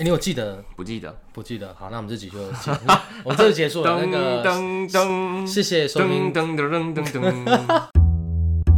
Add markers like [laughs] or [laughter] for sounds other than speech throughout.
哎你有记得不记得。不记得？好，那我们这集就结束我们这集结束了。那 [laughs] 个，噔噔谢谢收听噔。噔噔噔 [laughs] 哦噔噔。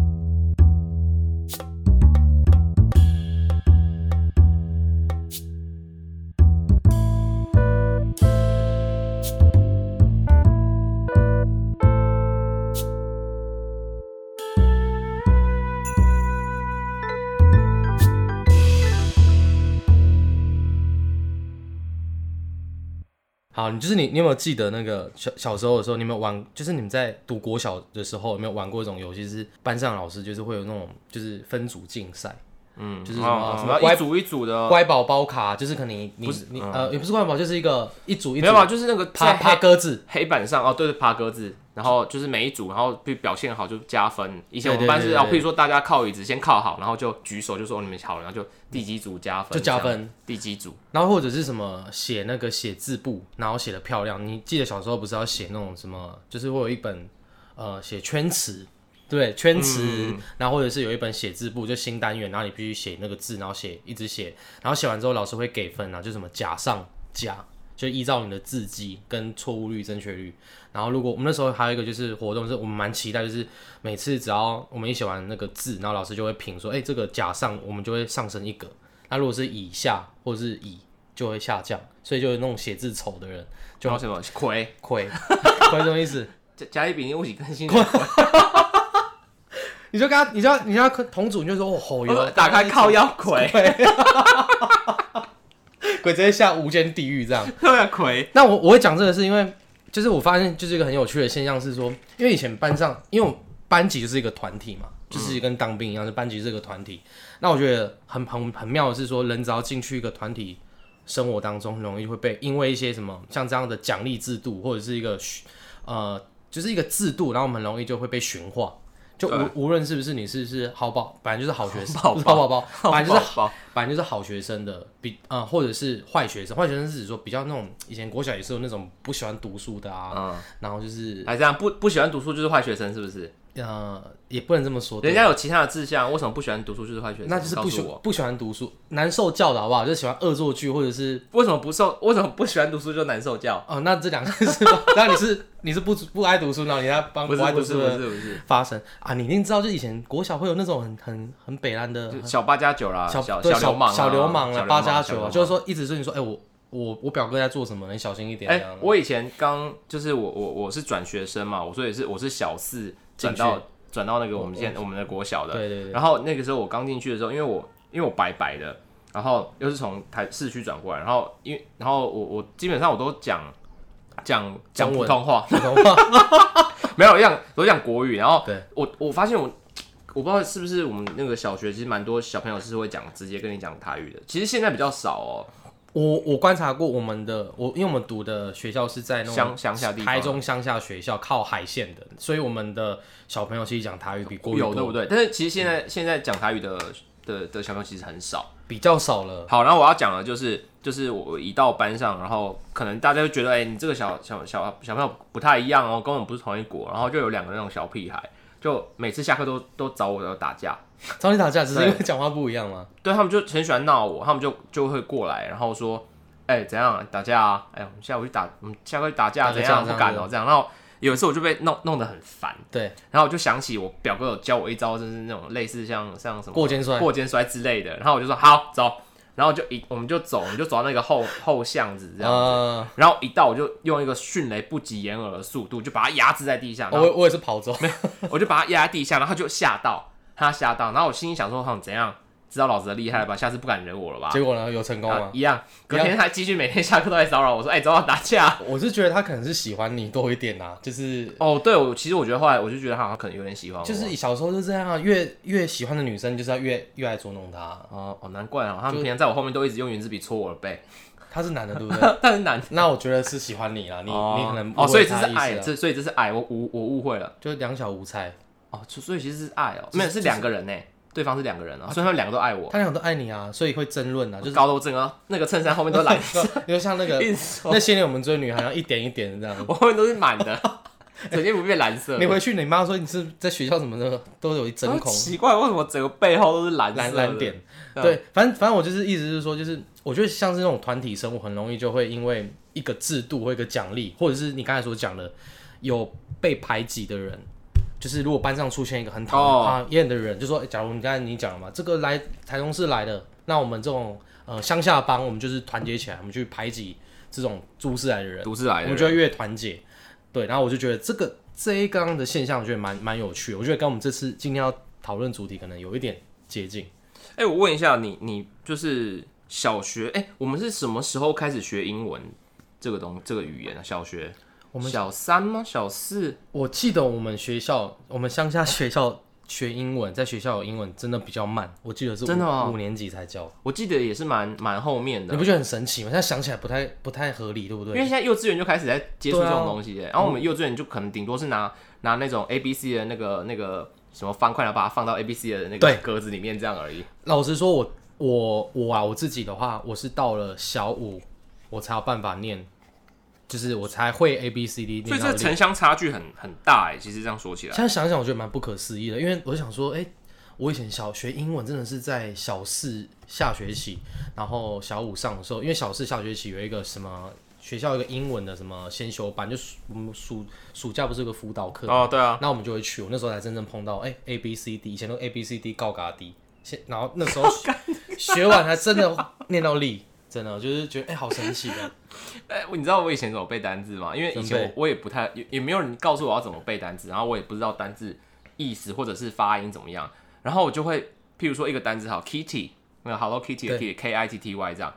好，你就是你，你有没有记得那个小小时候的时候，你有没有玩？就是你们在读国小的时候，有没有玩过一种游戏？是班上老师就是会有那种就是分组竞赛，嗯，就是什么哦什什么么乖一组一组的，乖宝宝卡，就是可能你你不是你嗯呃，也不是乖宝，宝，就是一个一组一组没有吧？就是那个爬在爬黑鸽子，黑板上哦，对对，爬格子，然后就是每一组，然后表表现好就加分。以前我对们对班是对哦，对譬如说大家靠椅子先靠好，然后就举手就说哦你们好了，然后就第几组加分，就加分这样，第几组。然后或者是什么写那个写字簿，然后写的漂亮。你记得小时候不是要写那种什么，就是会有一本呃写圈词，对圈词，然后或者是有一本写字簿，就新单元，然后你必须写那个字，然后写一直写，然后写完之后老师会给分啊，就什么甲上甲，就依照你的字迹跟错误率、正确率。然后如果我们那时候还有一个就是活动，是我们蛮期待，就是每次只要我们一写完那个字，然后老师就会评说，哎、这个甲上我们就会上升一格，那如果是以下或是乙就会下降，所以就有那种写字丑的人就然后什么葵， [laughs] 亏，亏什么意思？加加一比 [laughs] 零，我起更新的。你就跟他，你就要你就要跟同组，你就说哦，吼哟，打开靠腰 [laughs] 葵，鬼直接下无间地狱这样。对啊，葵，那我我会讲这个是因为，就是我发现就是一个很有趣的现象是说，因为以前班上，因为我班级就是一个团体嘛，就是跟当兵一样，是班级这个团体。那我觉得很很很妙的是说，人只要进去一个团体生活当中，很容易会被因为一些什么像这样的奖励制度，或者是一个嘘呃，就是一个制度，然后我们很容易就会被驯化。就对无无论是不是你是不是好宝，反正就是好学生，好宝宝不是好宝宝，反正就是 [laughs] 好宝宝反正就是好学生的比啊、呃或者是坏学生，坏学生是指说比较那种以前国小也是有那种不喜欢读书的啊，嗯，然后就是还这样不不喜欢读书就是坏学生，是不是？呃也不能这么说，人家有其他的志向，为什么不喜欢读书就是坏学对生？那就是告不诉喜我。不喜欢读书，难受教的好不好？就喜欢恶作剧或者是为什么不受？为什么不喜欢读书就难受教？哦、那这两件事吧，那你是 [laughs] 你是不不爱读书，然后你在帮不是爱不读是书不的是不是，发生啊，你一定知道，就以前国小会有那种很很很北烂的 [laughs] 就小八加九啦，小小对流氓啊，小流氓小了，八加小九啊，流氓就是说一直说你说，哎、我我我表哥在做什么，你小心一点。哎、这样啊我以前刚就是我我我是转学生嘛，我所以是我是小四转进哦到转到那个我们现在我们的国小的，对对对，然后那个时候我刚进去的时候，因为我因为我白白的，然后又是从台市区转过来，然后因为然后我我基本上我都讲讲讲中文普通话，普通话 [laughs] 没有讲我讲国语，然后对我我发现我我不知道是不是我们那个小学其实蛮多小朋友是会讲直接跟你讲台语的，其实现在比较少哦，我我观察过我们的，我因为我们读的学校是在那种乡乡下地方台中乡下学校，靠海线的，所以我们的小朋友其实讲台语比国语多有嗯对不对？但是其实现在现在讲台语的的的小朋友其实很少。比较少了。好，然后我要讲的就是，就是我一到班上，然后可能大家就觉得，哎、你这个小小小小朋友不太一样哦，跟我们不是同一国，然后就有两个那种小屁孩，就每次下课都都找我要打架，找你打架只是因为讲话不一样吗？对他们就很喜欢闹我，他们就就会过来，然后说，哎、怎样打架啊？哎、我们下午去打，我们下课去打架打个怎架样？这不样敢子哦，这样。然后有一次我就被弄弄得很烦，对，然后我就想起我表哥有教我一招，就是那种类似像像什么过肩摔过肩摔之类的。然后我就说好走，然后就一我们就走，我们就走到那个后后巷子这样。呃，然后一到我就用一个迅雷不及掩耳的速度就把他压制在地下，然后我我也是跑走，我就把他压在地下，然后他就吓到，他吓到，然后我心里想说，哼，怎样，知道老子的厉害了吧，下次不敢惹我了吧？结果呢有成功啊吗？一样，隔天他继续每天下课都来骚扰我说，哎、找我打架。我是觉得他可能是喜欢你多一点啊，就是 [laughs] 哦，对，我其实我觉得后来我就觉得他好像可能有点喜欢哦我，就是小时候就这样啊，越越喜欢的女生就是要越越爱捉弄她。哦哦，难怪啊，他们平常在我后面都一直用圆珠笔戳我的背，他是男的对不对？ [laughs] 但是男的，那我觉得是喜欢你啦，你你可能哦，所以这只是爱，这所以这是爱，我误我误会了，就两小无猜，哦，所所以其实是爱哦，这是没有是两个人呢，对方是两个人哦，所以他们两个都爱我，他俩都爱你啊，所以会争论啊，就就是是高斗正啊，那个衬衫后面都 [laughs] 蓝色，就像那个一直说 [laughs] 那些年我们追女孩，然后一点一点的这样， [laughs] 我后面都是满的，整件不变蓝色。你回去，你妈说你是在学校什么的都有一针啊孔，奇怪，为什么整个背后都是蓝色蓝的蓝点。。嗯对，反正反正我就是意思是说，就是我觉得像是那种团体生活，很容易就会因为一个制度或一个奖励，或者是你刚才所讲的有被排挤的人，就是如果班上出现一个很哦讨厌的人，就说、诶假如你刚才你讲了嘛，这个来台中市来的，那我们这种呃乡下帮，我们就是团结起来，我们去排挤这种都市来的人，都市来我的们就人，会越团结。对，然后我就觉得这个这一刚刚的现象，我觉得蛮蛮有趣的，我觉得跟我们这次今天要讨论主题可能有一点接近。哎、我问一下你，你就是小学，哎、我们是什么时候开始学英文这个东这个语言啊？小学，我们小三吗？小四？我记得我们学校，我们乡下学校学英文，在学校有英文真的比较慢，我记得是五真的吗五年级才教，我记得也是蛮蛮后面你的，不觉得很神奇吗？现在想起来不太不太合理，对不因对？为现在幼稚园就开始在接触对这啊种东西、欸，然后我们幼稚园就可能顶多是拿拿那种 A B C 的那个那个什么方块，然后把它放到 A B C 的那对个格子里面这样而已。老实说我，我我啊，我自己的话，我是到了小五，我才有办法念，就是我才会 A B C D 所念以到这六。个城乡差距很很大哎、其实这样说起来，现在想想，我觉得蛮不可思议的，因为我想说，哎、我以前小学英文真的是在小四下学期，然后小五上的时候，因为小四下学期有一个什么学校有一个英文的什么先修班，就暑我们暑暑假不是有个辅导课，哦，对啊，那我们就会去，我那时候才真正碰到，哎、a B C D，以前都 A B C D 告嘎 D，现然后那时候学学完还真的念到力，真的就是觉得哎、好神奇 [laughs] 的，哎、你知道我以前怎么背单字吗？因为以怎么前背我我也不太，也也没有人告诉我要怎么背单字，然后我也不知道单字意思或者是发音怎么样，然后我就会，譬如说一个单字好 kitty，那个 Hello Kitty 的 kitty K I T T Y 这样，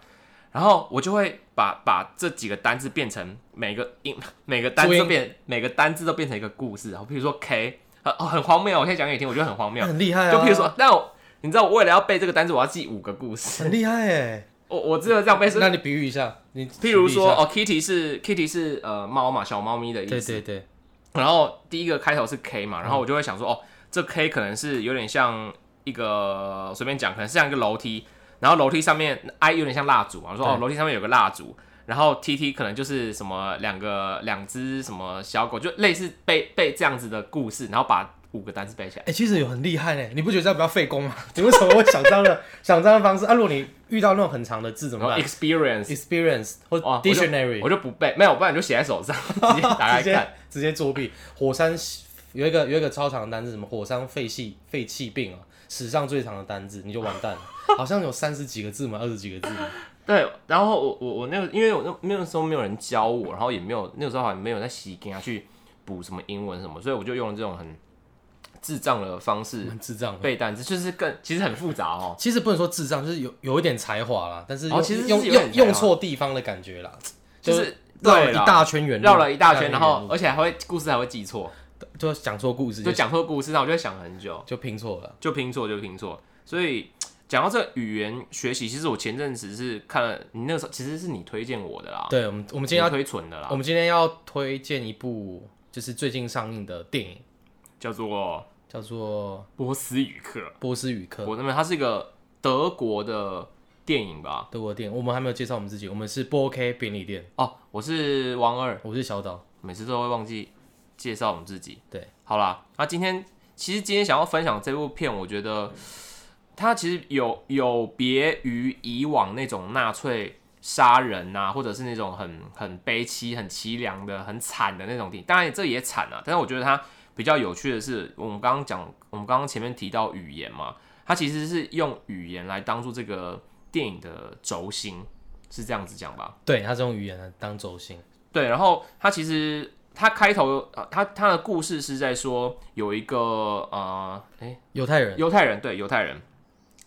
然后我就会把把这几个单字变成每个音，每个单字注都音变每个单字都变成一个故事，然后譬如说 K，很、哦、很荒谬，我现在讲给你听，我觉得很荒谬，很厉害啊，就譬如说，但我你知道我为了要背这个单字，我要记五个故事，很厉害哎、我我只有这样背，是那你比喻一下，你譬如举例一说，下哦，kitty 是 kitty 是呃猫嘛，小猫咪的意对思。对嗯对。然后第一个开头是 k 嘛，然后我就会想说，哦，这 k 可能是有点像一个随便讲，可能是像一个楼梯，然后楼梯上面 i 有点像蜡烛嘛，我说对哦，楼梯上面有个蜡烛。然后 T T 可能就是什么两个两只什么小狗，就类似背背这样子的故事，然后把五个单词背起来哎、。其实有很厉害呢，你不觉得这样比较费工吗？ [laughs] 你为什么会想这样的 [laughs] 想这样的方式？啊，如果你遇到那种很长的字怎然么后办 experience ？Experience 或哦哇我就 dictionary，我就不背，没有，不然你就写在 [laughs] 手上，直接打开直接看。直接作弊。火山有一个有一个超长的单字，什么火山废气废气病啊，史上最长的单字，你就完 [laughs] 蛋了。好像有三十几个字嘛，二十几个字。对，然后我我我那个，因为我那那个时候没有人教我，然后也没有那个时候好像没有在洗给他去补什么英文什么，所以我就用了这种很智障的方式很智障。背单词，就是更其实很复杂哦。其实不能说智障，就是有有一点才华啦，但是哦用其实是用有点才用华用错地方的感觉啦，就是绕了对一啦大圈圆路，绕了一大圈，然后圆路而且还会故事还会记错，就讲错故事，就就讲错故事，那我就会想很久，就拼错了。就拼错就拼错。所以讲到这个语言学习，其实我前阵子是看了你那个时候，其实是你推荐我的啦，对，我们我们我今天要推存的啦我，们今天要推荐一部就是最近上映的电影，叫做叫做波斯语课。 《波斯语课》我那边它是一个德国的电影吧？德国电影。我们还没有介绍我们自己，我们是波 OK 便利店，哦，我是王二，我是小岛。每次都会忘记介绍我们自己。对，好啦，那今天其实今天想要分享这部片，我觉得它其实有有别于以往那种纳粹杀人啊，或者是那种很很悲凄、很凄凉的、很惨的那种电影。当然这也惨啊，但是我觉得它比较有趣的是，我们刚刚讲，我们刚刚前面提到语言嘛，它其实是用语言来当做这个电影的轴心，是这样子讲吧？对他这种语言来当轴心，对，然后他其实他开头，呃他他的故事是在说有一个呃，哎，犹太人犹太人，对，犹太人，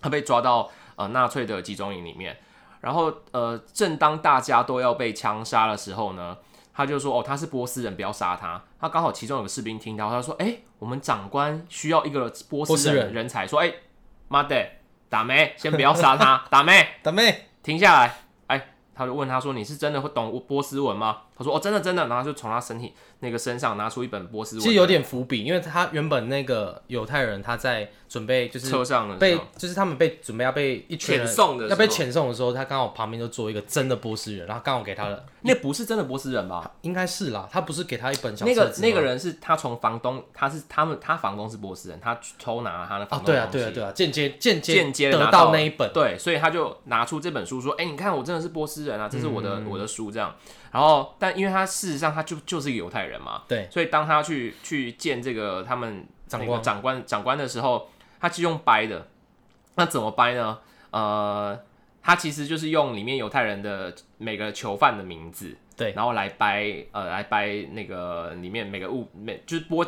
他被抓到呃纳粹的集中营里面，然后呃，正当大家都要被枪杀的时候呢，他就说哦，他是波斯人，不要杀他。他刚好其中有个士兵听到，他说，哎，我们长官需要一个波波斯斯人人人才，说，哎， [laughs] 妈的，打没，先不要杀他，打没，打妹停下来，哎，他就问他说：“你是真的会懂波斯文吗？”他说：“哦，真的真的。”然后就从他身体那个身上拿出一本波斯文，其实有点伏笔，因为他原本那个犹太人他在准备就是车上的时被候就是他们被准备要被一群人遣送的时要候被遣送的时候，他刚好旁边就坐一个真的波斯人，然后刚好给他了，那不是真的波斯人吧？应该是啦，他不是给他一本小那册个子吗那个人是他从房东，他是他们他房东是波斯人，他偷拿了他的啊房，东对的啊东西对啊对啊，间接间接间接地得拿到那一本，对，所以他就拿出这本书说：“哎、你看我真的是波斯人啊，这是嗯我的、我的书这样。”然后，但因为他事实上他就就是一个犹太人嘛，对，所以当他去去见这个他们长那个官长官长官的时候，他是用掰的。那怎么掰呢？呃，他其实就是用里面犹太人的每个囚犯的名字，对然后来掰呃来掰那个里面每个物每就是播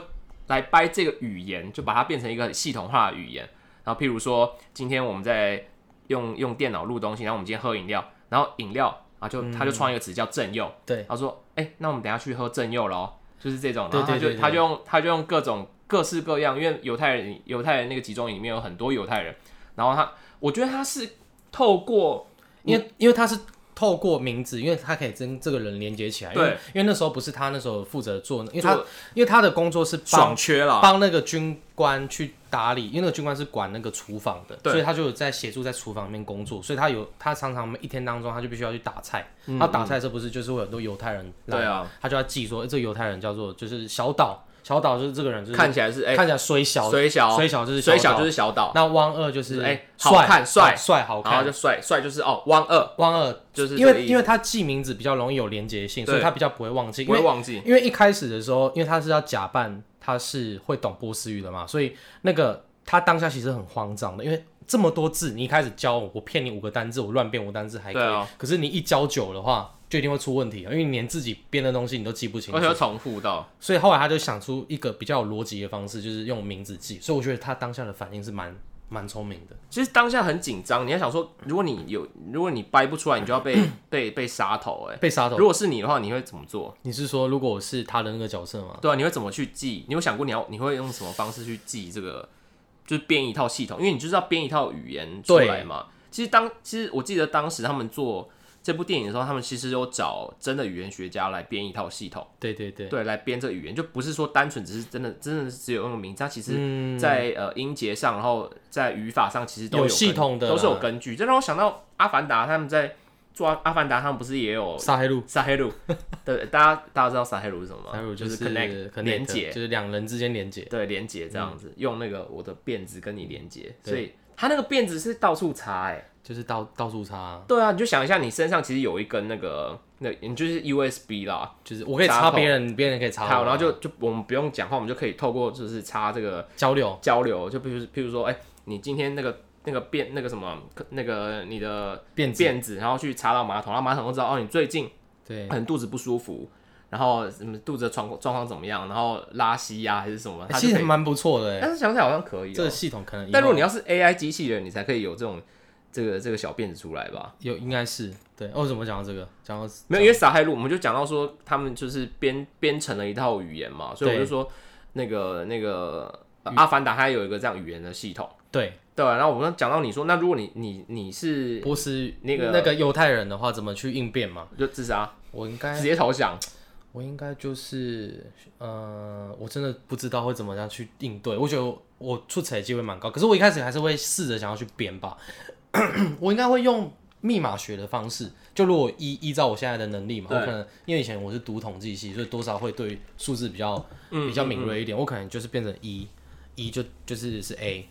来掰这个语言，就把它变成一个系统化的语言。然后譬如说，今天我们在用用电脑录东西，然后我们今天喝饮料，然后饮料啊就嗯他就创一个词叫正右，对他说：“哎、那我们等一下去喝正柚喽。”就是这种，对然后他就对对对他就用他就用各种各式各样，因为犹太人犹太人那个集中营里面有很多犹太人，然后他我觉得他是透过因为因为他是透过名字，因为他可以跟这个人连接起来。因为对因为那时候不是他那时候负责做，因为做他因为他的工作是爽帮缺啦，帮那个军官去打理，因为那个军官是管那个厨房的，对所以他就有在协助在厨房里面工作，所以他有他常常一天当中他就必须要去打菜，他打菜的时候不是就是会有很多犹太人来，嗯对啊，他就要记说、诶哎这个犹太人叫做就是小岛，小岛就是这个人就是看起来是哎、看起来虽小，水小虽小就是水小岛就是小岛，那汪二就是哎帅好看帅啊帅好然后看就，帅帅就是哦汪二，汪二就是因这个为意因为思，他记名字比较容易有连结性，对所以他比较不会忘记。因不会为忘记，因为一开始的时候，因为他是要假扮他是会懂波斯语的嘛，所以那个他当下其实很慌张的，因为这么多字，你一开始教我，我骗你五个单字，我乱编五个单字还可以，对啊可是你一教久的话，就一定会出问题啊了，因为你连自己编的东西你都记不清而且楚又。重复到，所以后来他就想出一个比较有逻辑的方式，就是用名字记。所以我觉得他当下的反应是蛮蛮聪明的。其实当下很紧张，你要想说，如果你有如果你掰不出来，你就要被 [clears throat] 被被杀头哎、被杀头如，果是你的话，你会怎么做？你是说如果我是他的那个角色吗？对啊，你会怎么去记？你有想过你要你会用什么方式去记这个？就是编一套系统，因为你就是要编一套语言出来嘛。其实当其实我记得当时他们做这部电影的时候，他们其实有找真的语言学家来编一套系统，对对对，对，来编这个语言，就不是说单纯只是真的真的是只有用名字，它其实嗯在、呃音节上，然后在语法上，其实都有有系根统的都是有啦根据。这让我想到《阿凡达》，他们在做《阿凡达》，他们不是也有撒黑路。撒黑 [laughs] 鲁，对，大家大家知道撒黑鲁是什么吗？还有就是 connect 连接，就是两人之间连接。对，连接这样子，用那个我的辫子跟你连接，嗯对所以它那个辫子是到处插哎、就是到到处插，对啊，你就想一下，你身上其实有一根那个那，你就是 USB 啦，就是我可以插插口别人，别人可以插好，我然后就就我们不用讲话，我们就可以透过就是插这个交流。交流，就比如譬如说，哎、你今天那个。那个辫那个什么那个你的辫子辫子，然后去插到马桶，然后马桶都知道哦，你最近对可，能肚子不舒服，然后什么肚子的状状况怎么样，然后拉稀呀、还是什么，它哎其就实可还以。蛮不错的哎，但是想想好像可以、这哦个系统可能以后。但如果你要是 AI 机器人，你才可以有这种这个这个小辫子出来吧？有，应该是对。哦，为什么讲到这个？讲到没有，因为撒海路我们就讲到说他们就是编编成了一套语言嘛，所以我对就说那个那个、呃阿凡达它有一个这样语言的系统。对对啊，然后我们讲到你说，那如果你你你是波斯那个那个犹太人的话，怎么去应变嘛？就自杀，我应直该接投降，我应该就是呃，我真的不知道会怎么样去应对。我觉得我出彩的机会蛮高，可是我一开始还是会试着想要去编吧。 [coughs] 我应该会用密码学的方式，就如果依依照我现在的能力嘛，我对可能因为以前我是读统计系，所以多少会对数字比较嗯比较敏锐一点。我可能就是变成一，一就就是是 A，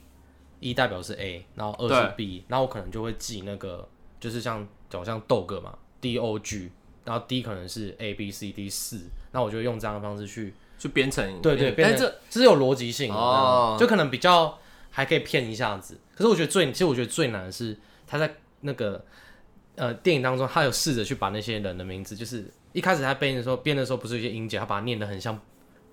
一代表是 A，然后二是 B，然后我可能就会记那个就是像好像 dog 嘛，D O G，然后 D 可能是 A B C D 四，那我就用这样的方式去，就编成对对，嗯哎但变是这成这是有逻辑性的哦就可能比较还可以骗一下子。可是我觉得最，其实我觉得最难的是他在那个呃电影当中，他有试着去把那些人的名字，就是一开始他编的时候编的时候不是有一些音节，他把它念得很像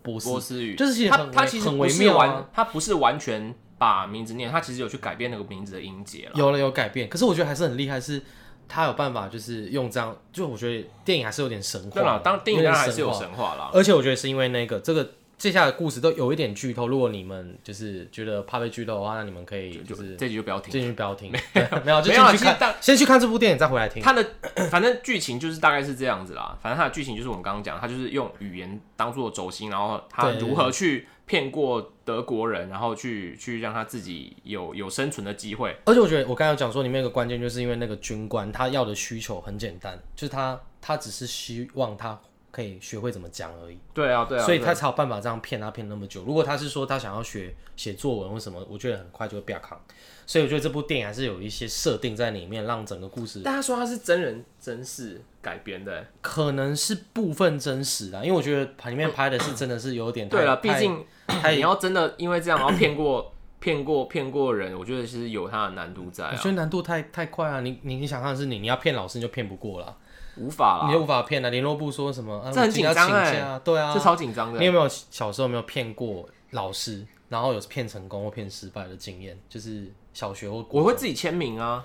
波斯波斯语，就是其实他很他微其实很不微是妙啊完，他不是完全把名字念，他其实有去改变那个名字的音节了。有了有改变，可是我觉得还是很厉害，是他有办法就是用这样，就我觉得电影还是有点神话对啦的，，当电有影点当然还是有化神话啦。而且我觉得是因为那个这个接下来的故事都有一点剧透，如果你们就是觉得怕被剧透的话，那你们可以就就是这集就不要进听。去不要听，对没有就没有啊进去其实看当，先去看这部电影再回来听。它的反正剧情就是大概是这样子啦，反正它的剧情就是我们刚刚讲，它就是用语言当做轴心，然后他对如何去骗过德国人，然后去去让他自己有有生存的机会。而且我觉得我刚才有讲说，里面有个关键就是因为那个军官他要的需求很简单，就是他他只是希望他可以学会怎么讲而已，对啊，对啊，所以对啊他才有办法这样骗他骗那么久。如果他是说他想要学写作文或什么，我觉得很快就会被扛。所以我觉得这部电影还是有一些设定在里面，让整个故事但他说他是真人真事改编的欸、可能是部分真实的，因为我觉得里面拍的是真的是有点太对了，太毕竟太你要真的因为这样然后骗过骗过骗过人，我觉得是有它的难度在我啊觉，得难度太太快啊！你你你想看的是你，你要骗老师你就骗不过了，无法你啦，就无法骗了。联络部说什么？啊、啊这很我今天要紧张请欸假啊对啊这，超紧张的你。有没有小时候有没有骗过老师，然后有骗成功或骗失败的经验？就是小学或我国会自己签名啊，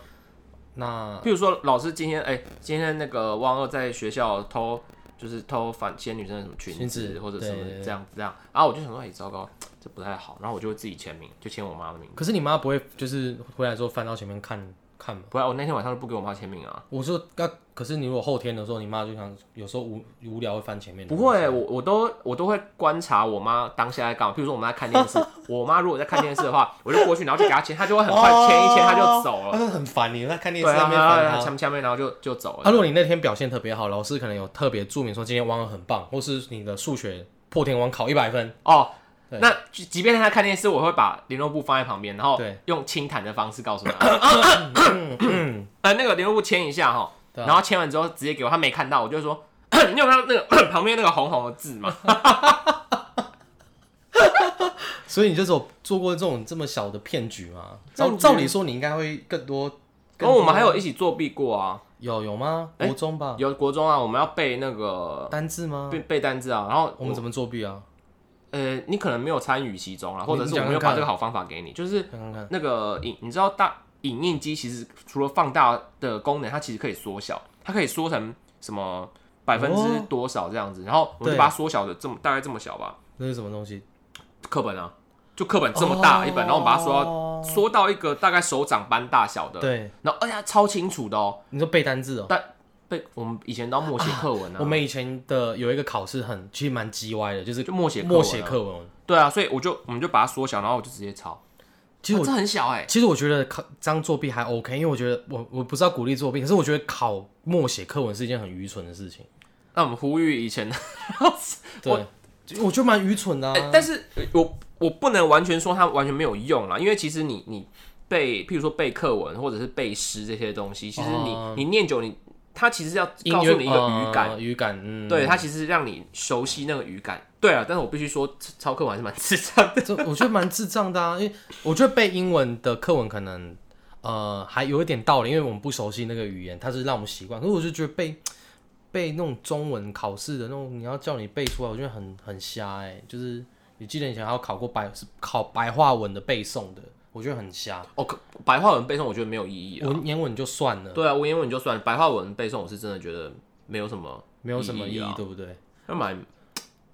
那比如说老师今天哎、今天那个汪二在学校偷，就是偷反掀女生的什么裙裙子子或者对什么对对这样这样，然后我就想说，哎、糟糕，这不太好，然后我就会自己签名，就签我妈的名字。可是你妈不会就是回来之后翻到前面看看吗？不然我那天晚上就不给我妈签名啊，我说那、可是你如果后天的时候，你妈就想有时候无无聊会翻前面的不东西，会，我我都我都会观察我妈当下在干嘛。比如说我们在看电 [laughs] 视，我妈如果在看电视的话，我就过去，然后就给她签，她就会很快签一签，啊她就走 [laughs] 了。她很烦你，她看电对视在那啊，边烦然后她。签签名，然后就就走啊，了。如果你那天表现特别好，老师可能有特别注明说今天汪恩很棒，或是你的数学破天荒考一百分，哦，对那即即便她在看电视，我会把联络簿放在旁边，然后对用轻弹的方式告诉 [laughs] 她，呃，那个联络簿签一下哈，对啊然后签完之后直接给我，她没看到，我就说。 [coughs] 你有看到那个旁边那个红红的字吗？所以你就是有做过这种这么小的骗局吗？这照样子照理说你应该会更多。更哦然后我们多啊还有一起作弊过啊，有有吗？哎国中吧，有国中啊，我们要背那个单字吗背？背单字啊，然后我们怎么作弊啊？呃，你可能没有参与其中啦，你或者是我没有把这个好方法给你，就是看看看，那个影，你知道大影印机其实除了放大的功能，它其实可以缩小，它可以缩成什么百分之哦多少这样子，然后我对们就把它缩小的这么大概这么小吧，那是什么东西？课本啊，就课本这么大哦一本，然后我们把它缩到缩到一个大概手掌般大小的，对，然后而且它超清楚的哦，你说背单字哦。被我们以前都要默写课文啊，我们以前的有一个考试很其实蛮鸡歪的，就是就默写默写课文啊，课文。对啊，所以我就我们就把它缩小，然后我就直接抄，其实啊我这很小哎、其实我觉得考这样作弊还 OK，因为我觉得我我不是要鼓励作弊，可是我觉得考默写课文是一件很愚蠢的事情。那我们呼吁以前的对，我觉得蛮愚蠢的、啊哎、但是呃我我不能完全说它完全没有用啦，因为其实你你背，譬如说背课文或者是背诗这些东西，其实你、哦你念久，你它其实是要音告乐诉你一个语感，呃语感，嗯，对，它其实让你熟悉那个语感。对啊，但是我必须说，抄课文还是蛮 [laughs] 智障的。这我觉得蛮智障的啊，因为我觉得背英文的课文可能呃还有一点道理，因为我们不熟悉那个语言，它是让我们习惯。可是我就觉得背背那种中文考试的那种，你要叫你背出来，我觉得很很瞎哎、就是你记得以前还有考过白考白话文的背诵的，我觉得很瞎。哦，可白话文背诵我觉得没有意义啊。文言文就算了，对啊，文言文就算了，白话文背诵我是真的觉得没有什么，没有什么意义啊，对不对？那蛮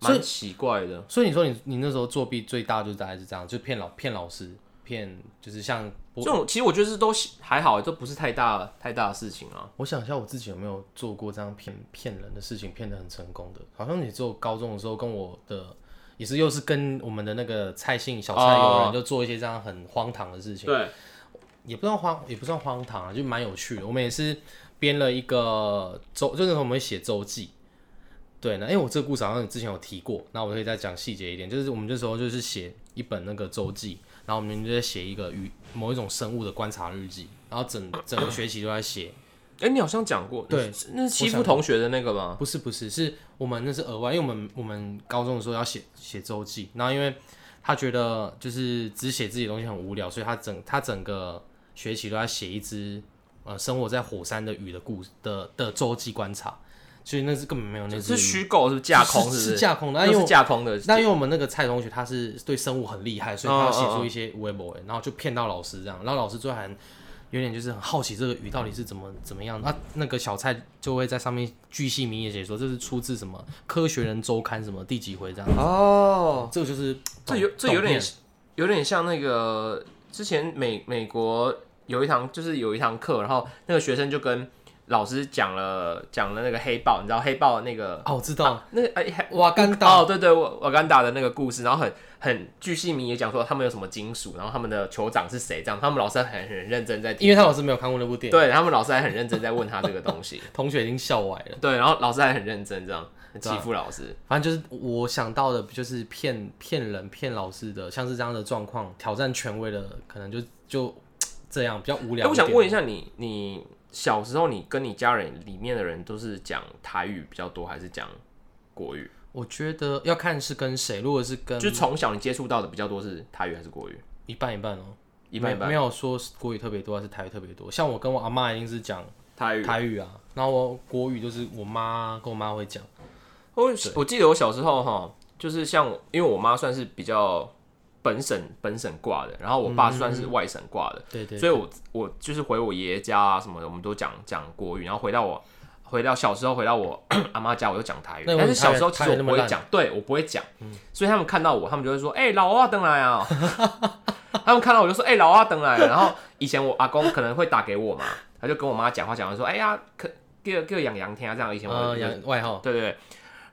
所以蛮奇怪的。所以你说你你那时候作弊最大就是大概是这样，就骗老骗老师，骗就是像这我种其实我觉得是都还好，这不是太大太大的事情啊。我想一下我自己有没有做过这样骗骗人的事情，骗得很成功的。好像你只有高中的时候跟我的也是又是跟我们的那个蔡姓小蔡友人就做一些这样很荒唐的事情，对，也不算荒也不算荒唐啊，就蛮有趣的。我们也是编了一个周，就那时候我们会写周记。对，那因为我这个故事好像之前有提过，那我可以再讲细节一点。就是我们那时候就是写一本那个周记，然后我们就在写一个与某一种生物的观察日记，然后整整个学期都在写哎、你好像讲过，对你是，那是欺负同学的那个吗？不是不是，是我们那是额外，因为我们我们高中的时候要写写周记，然后因为他觉得就是只写自己的东西很无聊，所以他整他整个学期都在写一只呃生活在火山的鱼的故事的的周记观察，所以那是根本没有那只是鱼虚构，是不是架空？是是不是架空的，啊那因为是我架空的。那因为我们那个蔡同学他是对生物很厉害，所以他嗯要写嗯出一些微博，然后就骗到老师这样，然后老师最后还有点就是很好奇这个鱼到底是怎么怎么样。那那个小蔡就会在上面巨细靡遗地写说这是出自什么《科学人周刊》什么第几回这样。哦，这个就是这有这有懂点片有点像那个之前美美国有一堂就是有一堂课，然后那个学生就跟老师讲了讲了那个黑豹，你知道黑豹那个哦，我知道那个哎还瓦干达哦，对对，瓦瓦干达的那个故事，然后很很巨细靡遗讲说他们有什么金属，然后他们的酋长是谁，这样他们老师很很认真在听，因为他老师没有看过那部电影，对他们老师还很认真在问他这个东西，同学已经笑歪了。对，然后老师还很认真这样啊欺负老师，反正就是我想到的，就是骗骗人、骗老师的，像是这样的状况，挑战权威的，可能就就这样比较无哎、聊一点。我想问一下你，你小时候你跟你家人里面的人都是讲台语比较多，还是讲国语？我觉得要看是跟谁，如果是跟就从小你接触到的比较多是台语还是国语？一半一半哦、一半一半，没没有说是国语特别多还是台语特别多。像我跟我阿妈一定是讲台语。台语啊，然后我国语就是我妈跟我妈会讲。我我记得我小时候哈，就是像我因为我妈算是比较本省本省挂的，然后我嗯爸算是外省挂的，对对所以我我就是回我爷爷家啊什么的，我们都讲讲国语，然后回到我回到小时候回到我 [coughs] 阿妈家，我就讲台语。那你但是台语小时候其实台语我那不么会烂嗯讲，对我不会讲，所以他们看到我，他们就会说：“哎、老阿等来啊！” [laughs] 他们看到我就说：“哎、老阿等来。”然后以前我阿公可能会打给我嘛，他就跟我妈讲话，讲完说：“哎、呀，可叫叫养羊听啊。”这样以前我、呃，养外号对对对。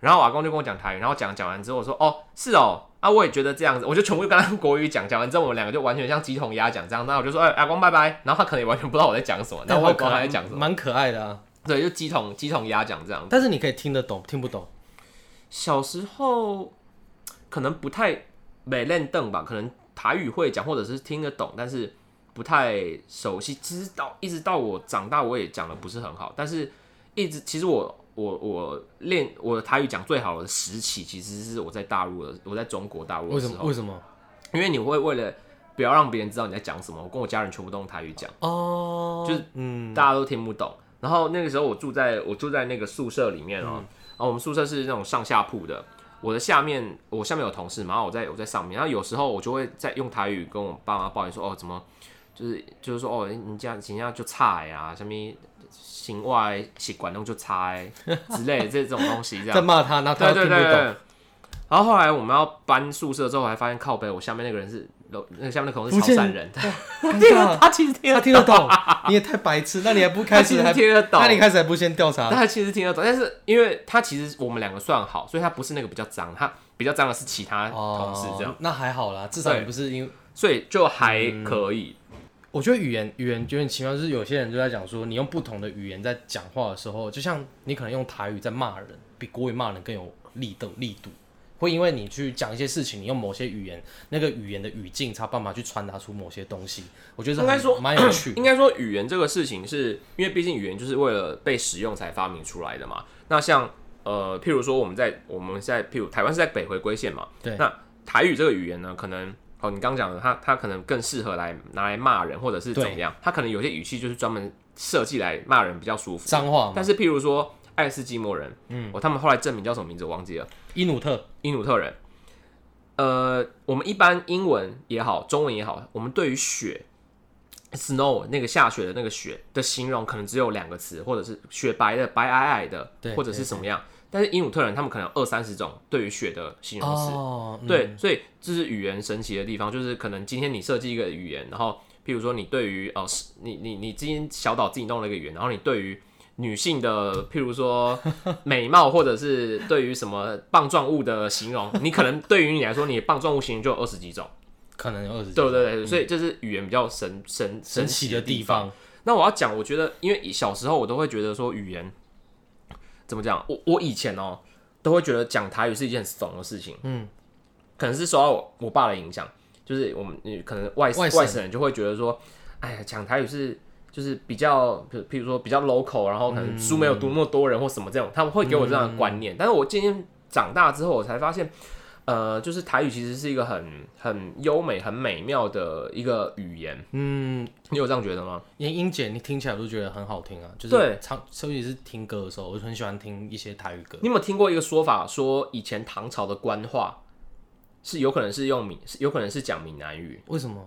然后我阿公就跟我讲台语，然后讲讲完之后我说哦是哦啊我也觉得这样子，我就全部跟他用国语讲，讲完之后我们两个就完全像鸡同鸭讲这样，那我就说哎、阿公拜拜，然后他可能也完全不知道我在讲什么，然但后我也我不知道他在讲什么，蛮可爱的啊。对，就鸡同鸡同鸭讲这样。但是你可以听得懂，听不懂。小时候可能不太美认凳吧，可能台语会讲或者是听得懂，但是不太熟悉。其实到一直到我长大，我也讲的不是很好，但是一直其实我我我练我的台语讲最好的时期，其实是我在大陆的，我在中国大陆为的什时么？候为，什么？因为你会为了不要让别人知道你在讲什么，我跟我家人全部都用台语讲。哦，就是嗯，大家都听不懂。然后那个时候我住在我住在那个宿舍里面嗯哦、然后我们宿舍是那种上下铺的。我的下面我下面有同事嘛，然后我在我在上面，然后有时候我就会在用台语跟我爸妈抱怨说，哦，怎么就是就是说哦，你这样形象就差呀、什么行外习惯弄就差的之类的这种东西，这 [laughs] 样在骂他，然后他对又听对不对懂。对。然后后来我们要搬宿舍之后，我还发现靠背我下面那个人是楼那个下面那个同事福潮建汕人， [laughs] 尴对尬他其实听他听得懂，你也太白痴，那你还不开他其始实还听得懂，那你开始还不先调查？他其实听得懂，但是因为他其实我们两个算好，所以他不是那个比较脏，他比较脏的是其他同事这样，哦，那还好啦，至少对你不是因为。所以就还可以。我觉得语言语言有点奇妙，就是有些人就在讲说，你用不同的语言在讲话的时候，就像你可能用台语在骂人，比国语骂人更有力度力度。会因为你去讲一些事情，你用某些语言，那个语言的语境才有办法去传达出某些东西。我觉得这应该很说蛮有趣的应该说语言这个事情是，因为毕竟语言就是为了被使用才发明出来的嘛。那像呃，譬如说我们在我们在譬如台湾是在北回归线嘛，对那台语这个语言呢，可能。哦，你刚讲的，它它可能更适合来拿来骂人，或者是怎么对样？它可能有些语气就是专门设计来骂人比较舒服。脏话嘛但，是譬如说爱斯基摩人，嗯，哦，他们后来证明叫什么名字我忘记了，伊努特因努特人。呃，我们一般英文也好，中文也好，我们对于雪 （snow） 那个下雪的那个雪的形容，可能只有两个词，或者是雪白的、白皑皑的对，或者是什么样。但是因努特人他们可能有二三十种对于雪的形容词。哦，嗯，对，所以这是语言神奇的地方，就是可能今天你设计一个语言，然后譬如说你对于哦，是你你你今天小岛自己弄了一个语言，然后你对于女性的譬如说美貌，或者是对于什么棒状物的形容，你可能对于你来说，你的棒状物形容就有二十几种，可能有二十几对不对？对所以这是语言比较神神神奇奇的地地。方，那我要讲，我觉得因为小时候我都会觉得说语言怎么讲，我我以前哦都会觉得讲台语是一件很怂的事情，嗯，可能是受到我我爸的影响，就是我们嗯可能外外省外省人就会觉得说，哎呀，讲台语是就是比较，譬如譬如说比较 local，然后可嗯能书没有读那么多人或什么这种，他们会给我这样的观念。但是我渐渐长大之后，我才发现，呃，就是台语其实是一个很很优美、很美妙的一个语言。嗯，你有这样觉得吗？连英姐你听起来我都觉得很好听啊，就是对唱，尤其是听歌的时候，我就很喜欢听一些台语歌。你有没有听过一个说法，说以前唐朝的官话是有可能是用闽，是有可能是讲闽南语？为什么？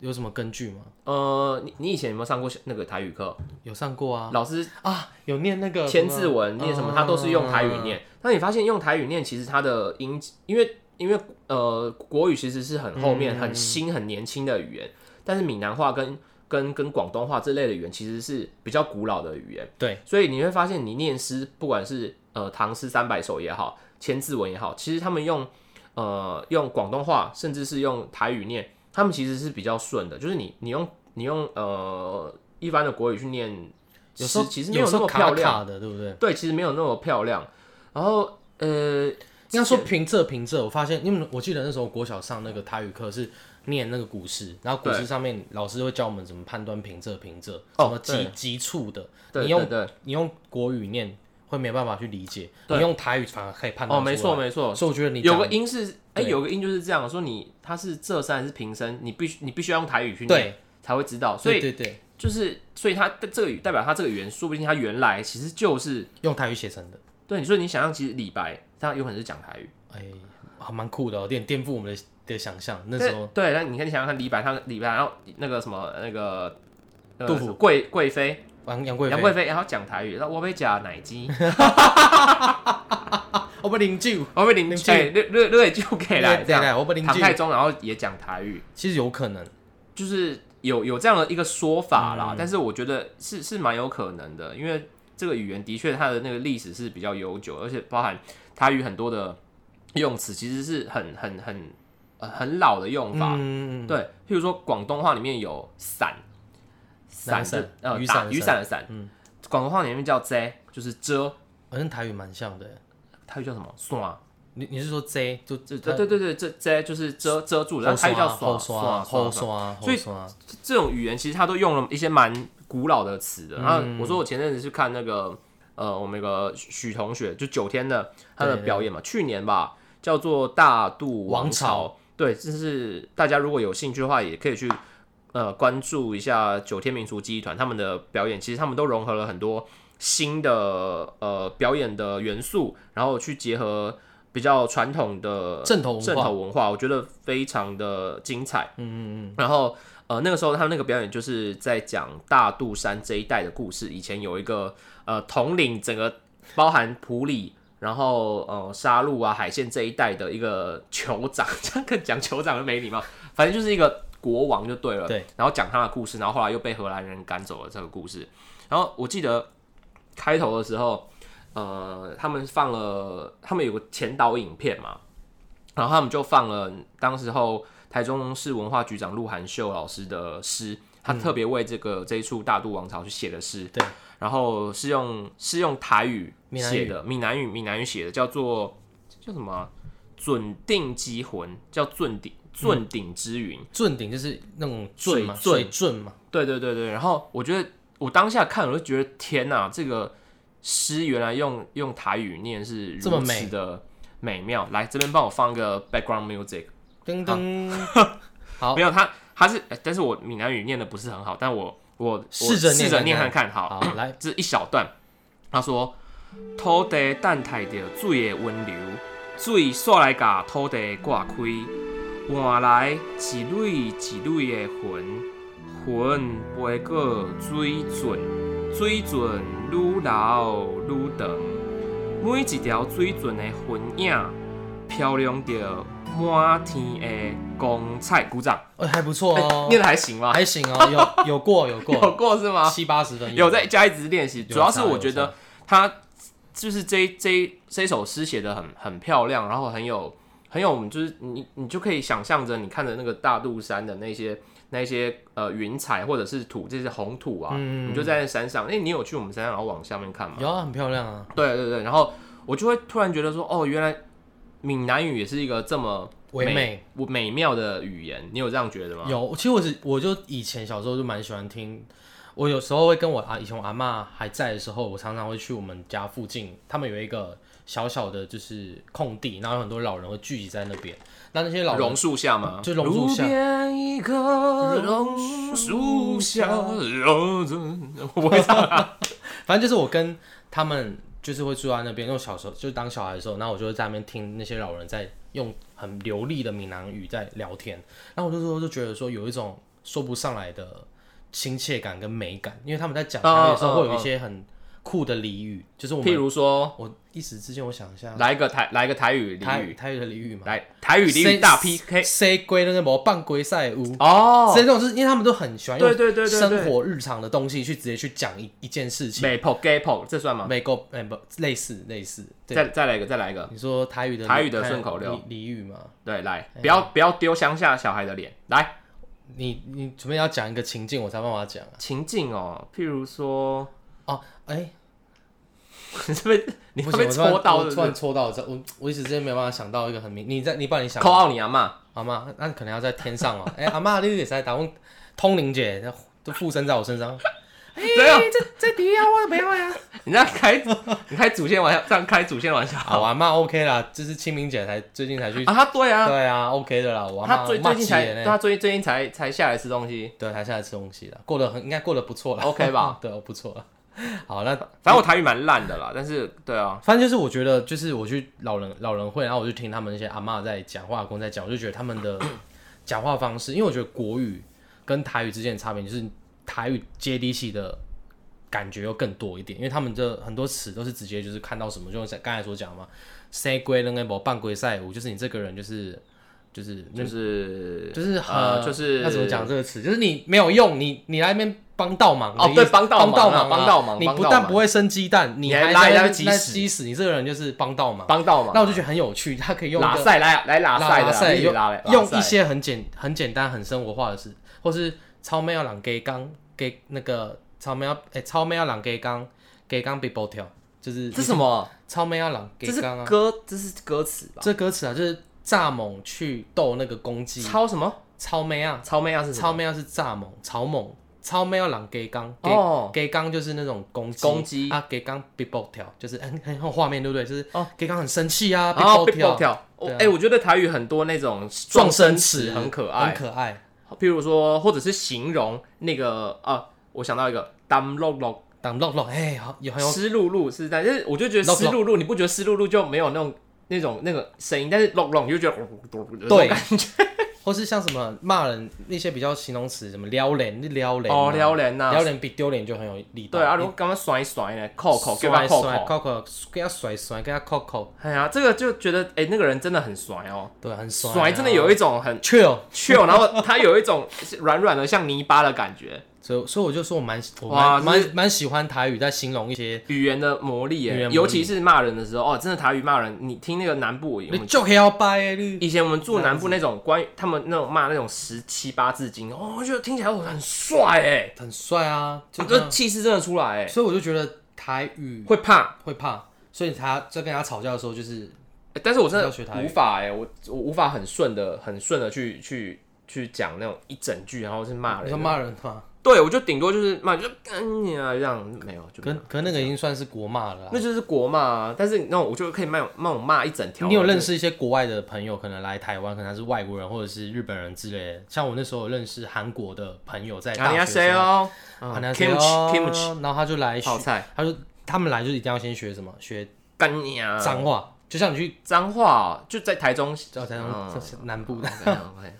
有什么根据吗？呃，你你以前有没有上过那个台语课？有上过啊老师啊，有念那个哦千字文念什么，他都是用台语。念。那你发现用台语念，其实它的音，因为因为呃，国语其实是很后面、很新、很年轻的语言，但是闽南话跟跟跟广东话这类的语言其实是比较古老的语言，对，所以你会发现你念诗，不管是呃唐诗三百首也好，千字文也好，其实他们用呃用广东话，甚至是用台语念，他们其实是比较顺的，就是你你用你用呃一般的国语去念诗，有时候其实没有有时那候么漂卡亮，卡的，对不对？对，其实没有那么漂亮。然后呃，应该说平仄平仄，我发现，因为我记得那时候国小上那个台语课是念那个古诗，然后古诗对上面老师会教我们怎么判断平仄平仄，哦什么急对急促的，对你对用对，呃你用国语念会没办法去理解，对你用台语反而可以判断哦，没出来错没错，所以我觉得你有个讲音是，哎、对有个音就是这样说你，它是仄声还是平声，你必须你必须要用台语去念对，才会知道。所以对对对，就是，所以它这个语代表它这个语言，说不定它原来其实就是用台语写成的，对你说你想象，其实李白他有可能是讲台语。哎，还蛮酷的哦，有点颠覆我们的的想象。那时候对对，那你看你想想看，李白他李白，然后那个什么那个。那个杜甫贵贵妃，杨杨贵杨妃，贵妃，然后讲台语，那我被假 [laughs] 奶鸡，我不灵柩，我被邻邻居，居哎，略略略就可以了，这样。对，我不灵唐太柩，宗，然后也讲台语，其实有可能，就是有有这样的一个说法嗯啦，但是我觉得是是蛮有可能的，因为这个语言的确它的那个历史是比较悠久，而且包含台语很多的用词其实是很很很、呃、很老的用法，嗯，对，譬如说广东话里面有伞，哪伞个伞是呃雨打伞的雨伞的伞，嗯，广东话里面叫遮，就是遮，好像台语蛮像的。台语叫什么伞？你你是说 Z 就这这对对对，这遮就是遮遮住，然后台语叫啊后啊伞刷伞后伞刷所后以刷，这种语言其实它都用了一些蛮古老的词嗯的。然后我说我前阵子去看那个呃，我们有个许许同学就九天的他的对表演嘛，去年吧，叫做《大渡王王朝》。对，就是大家如果有兴趣的话，也可以去呃关注一下九天民俗记忆团他们的表演。其实他们都融合了很多新的呃表演的元素，然后去结合比较传统的正统文正化统文化，我觉得非常的精彩。嗯嗯嗯。然后呃，那个时候他们那个表演就是在讲大肚山这一带的故事。以前有一个呃统领整个包含普里。然后，呃，沙鹿啊，海鲜这一带的一个酋长， [laughs] 这样讲酋长就没礼貌。反正就是一个国王就对了。对。然后讲他的故事，然后后来又被荷兰人赶走了这个故事。然后我记得开头的时候，呃，他们放了，他们有个前导影片嘛，然后他们就放了当时候台中市文化局长陆涵秀老师的诗，他特别为这个、这一出《大渡王朝》去写的诗，对，然后是用是用台语闽南语写的，闽南语闽南语写的，叫做叫什么啊、准定机魂，叫准顶准顶之云。圳顶就是那种圳嘛，水水圳嘛，对对对对，然后我觉得我当下看，我就觉得天哪，这个诗原来用用台语念是这么如美此的美妙。来这边帮我放一个 background music，噔噔，好没有他他是，哎但是我闽南语念的不是很好，但我我我试着念试着念看看看，好，好来，这一小段，他说：土地等待着水的温流，水煞来甲土地割开，换来一蕊一蕊的云，云飞过水圳，水圳愈流愈长，每一条水圳的云影漂亮着满天的光彩。鼓掌，哎，还不错哎哦，念的还行吗？还行哦，有有过有 [laughs] 有过，过是吗？七八十分有在家一直练习，有主要是差我有觉差得他就是这这这首诗写的很很漂亮，然后很有很有，我们就是你你就可以想象着你看着那个大肚山的那些那些呃云彩或者是土，这些红土啊，嗯你就在那山上，哎、你有去我们山上然后往下面看吗？有啊，很漂亮啊，对对对，然后我就会突然觉得说，哦，原来闽南语也是一个这么唯美。美美妙的语言，你有这样觉得吗？有，其实我是我就以前小时候就蛮喜欢听，我有时候会跟我阿以前我阿嬷还在的时候，我常常会去我们家附近，他们有一个小小的就是空地，然后有很多老人会聚集在那边。那那些老人榕树下吗？就榕树下路边一棵榕树下，榕树我不会唱啊。反正就是我跟他们就是会住在那边，因为我小时候就当小孩的时候，然后我就会在那边听那些老人在用很流利的闽南语在聊天，然后我就说就觉得说有一种说不上来的亲切感跟美感，因为他们在讲台语的时候会有一些很酷的俚语，就是我譬们如说，我一时之间我想一下，来一个台，来一个台语俚台语，台语的俚语嘛，来台语俚语谁大 PK 谁归那个模棒归赛屋，哦，所以这种是因为他们都很喜欢用对对对对对生活日常的东西去直接去讲一一件事情，美 p o gay p o 这算吗？美国哎不类似类似，对，再再来一个，再来一个，你说台语的台语的顺口溜俚俚语嘛，对，来，不要不要丢乡下小孩的脸，来你你准备要讲一个情境，我才办法讲啊。情境哦，譬如说， [laughs] 哦，哎、你是不是你不会行，被我突然戳到我是突不然是？戳到，这我我一时之间没有办法想到一个很明，你在你帮你想扣奥你阿妈，好吗？那可能要在天上哦。哎、阿妈你也在打问通灵姐，都附身在我身上。哎、对啊 [laughs] 这这底下我的朋友呀。你这样开你开祖先玩笑，这样开祖先玩笑好，我阿妈 OK 啦，就是清明节才最近才去。啊？他对啊，对啊，OK 的啦，我阿他妈最最近才，对呢，他最最近才才下来吃东西对，才下来吃东西了，过得很应该过得不错了，OK 吧？对，不错了。好，那反正我台语蛮烂的啦，但是对啊，反正就是我觉得，就是我去老人老人会，然后我就听他们那些阿嬷在讲话，阿公在讲，我就觉得他们 [coughs] 的讲话方式，因为我觉得国语跟台语之间的差别就是台语接地气的感觉又更多一点，因为他们的很多词都是直接就是看到什么，就是刚才所讲的嘛，三龟那个半龟赛舞，就是你这个人就是就是那就是嗯就是很、呃就是要怎么讲这个词，就是你没有用，你你来那边帮倒忙哦你也对帮倒忙帮啊倒忙啊，帮倒忙你帮不倒但忙不会生鸡蛋，你还还拉人家那边鸡那屎鸡屎，你这个人就是帮倒忙。帮到嘛，那我就觉得很有趣，他可以用一拉个塞来来拉塞的啊拉啦，塞一起用拉来用一些很简很简单很生活化的事，或是超妹要朗给刚给那个超妹要哎超妹要朗给刚给刚 b i b l e 跳，就是这什么？超妹要朗给这是刚啊，歌，这是歌词吧？这歌词啊就是蚱蜢去斗那个公鸡，超什么？超妹啊超妹啊是什么超妹要是蚱蜢，草蜢，超妹要朗给刚，给哦给刚就是那种公鸡，公鸡啊，给刚 b i b o 跳，就是 [laughs] 很很有画面，对不对？就是哦给刚很生气啊 b 然 i b 后 o 跳，哦跳，我对啊哎，我觉得台语很多那种撞声声词很可很爱，可爱。譬如说，或者是形容那个啊，我想到一个 dam log log 挡落落，哎，好有很有湿漉漉是在，但是我就觉得 log log 湿漉漉，你不觉得湿漉漉就没有那种那种那个声音，但是 log log 你就觉得哦对，或是像什么骂人那些比较形容词，什么撩脸、撩脸哦啊撩人呐撩，脸比丢脸就很有力道。对啊，如果刚刚甩一甩呢，扣扣给他甩扣甩扣扣，扣，给他甩甩，给他扣扣，哎呀，这个就觉得哎那个人真的很甩哦，对，很甩啊，甩真的有一种很 chill。 chill，然后它有一种软软的像泥巴的感觉，所以所以我就说我蛮我哇蛮蛮蛮喜欢台语，在形容一些语言的魔力语耶言，魔力尤其是骂人的时候，哦，真的台语骂人，你听那个南部，我你们就要掰你以前我们住南部那种关于他们那种骂那种十七八字经，哦，我觉得听起来我很帅哎，很帅啊，就这这样气势真的出来哎，所以我就觉得台语会怕， [laughs] 会怕，所以他在跟他吵架的时候就是哎但是我真的要学台语无法哎，我我无法很顺的很顺的去去去讲那种一整句，然后是骂你说人的，骂人啊嘛，对我就顶多就是骂就干你啊这样，没有就没可有。可那个已经算是国骂了啊。那就是国骂啊，但是那种我就可以骂骂我骂一整条。你有认识一些国外的朋友，可能来台湾，可能他是外国人或者是日本人之类的。像我那时候有认识韩国的朋友在啊？大你要学谁生，哦啊啊你要谁哦哎？Kimchi Kimchi 然后他就来学泡，菜，他就他们来就一定要先学什么，学干你啊！脏话，就像你去脏话就在台中，哦，台嗯湾南 [laughs] 部的， OK，OK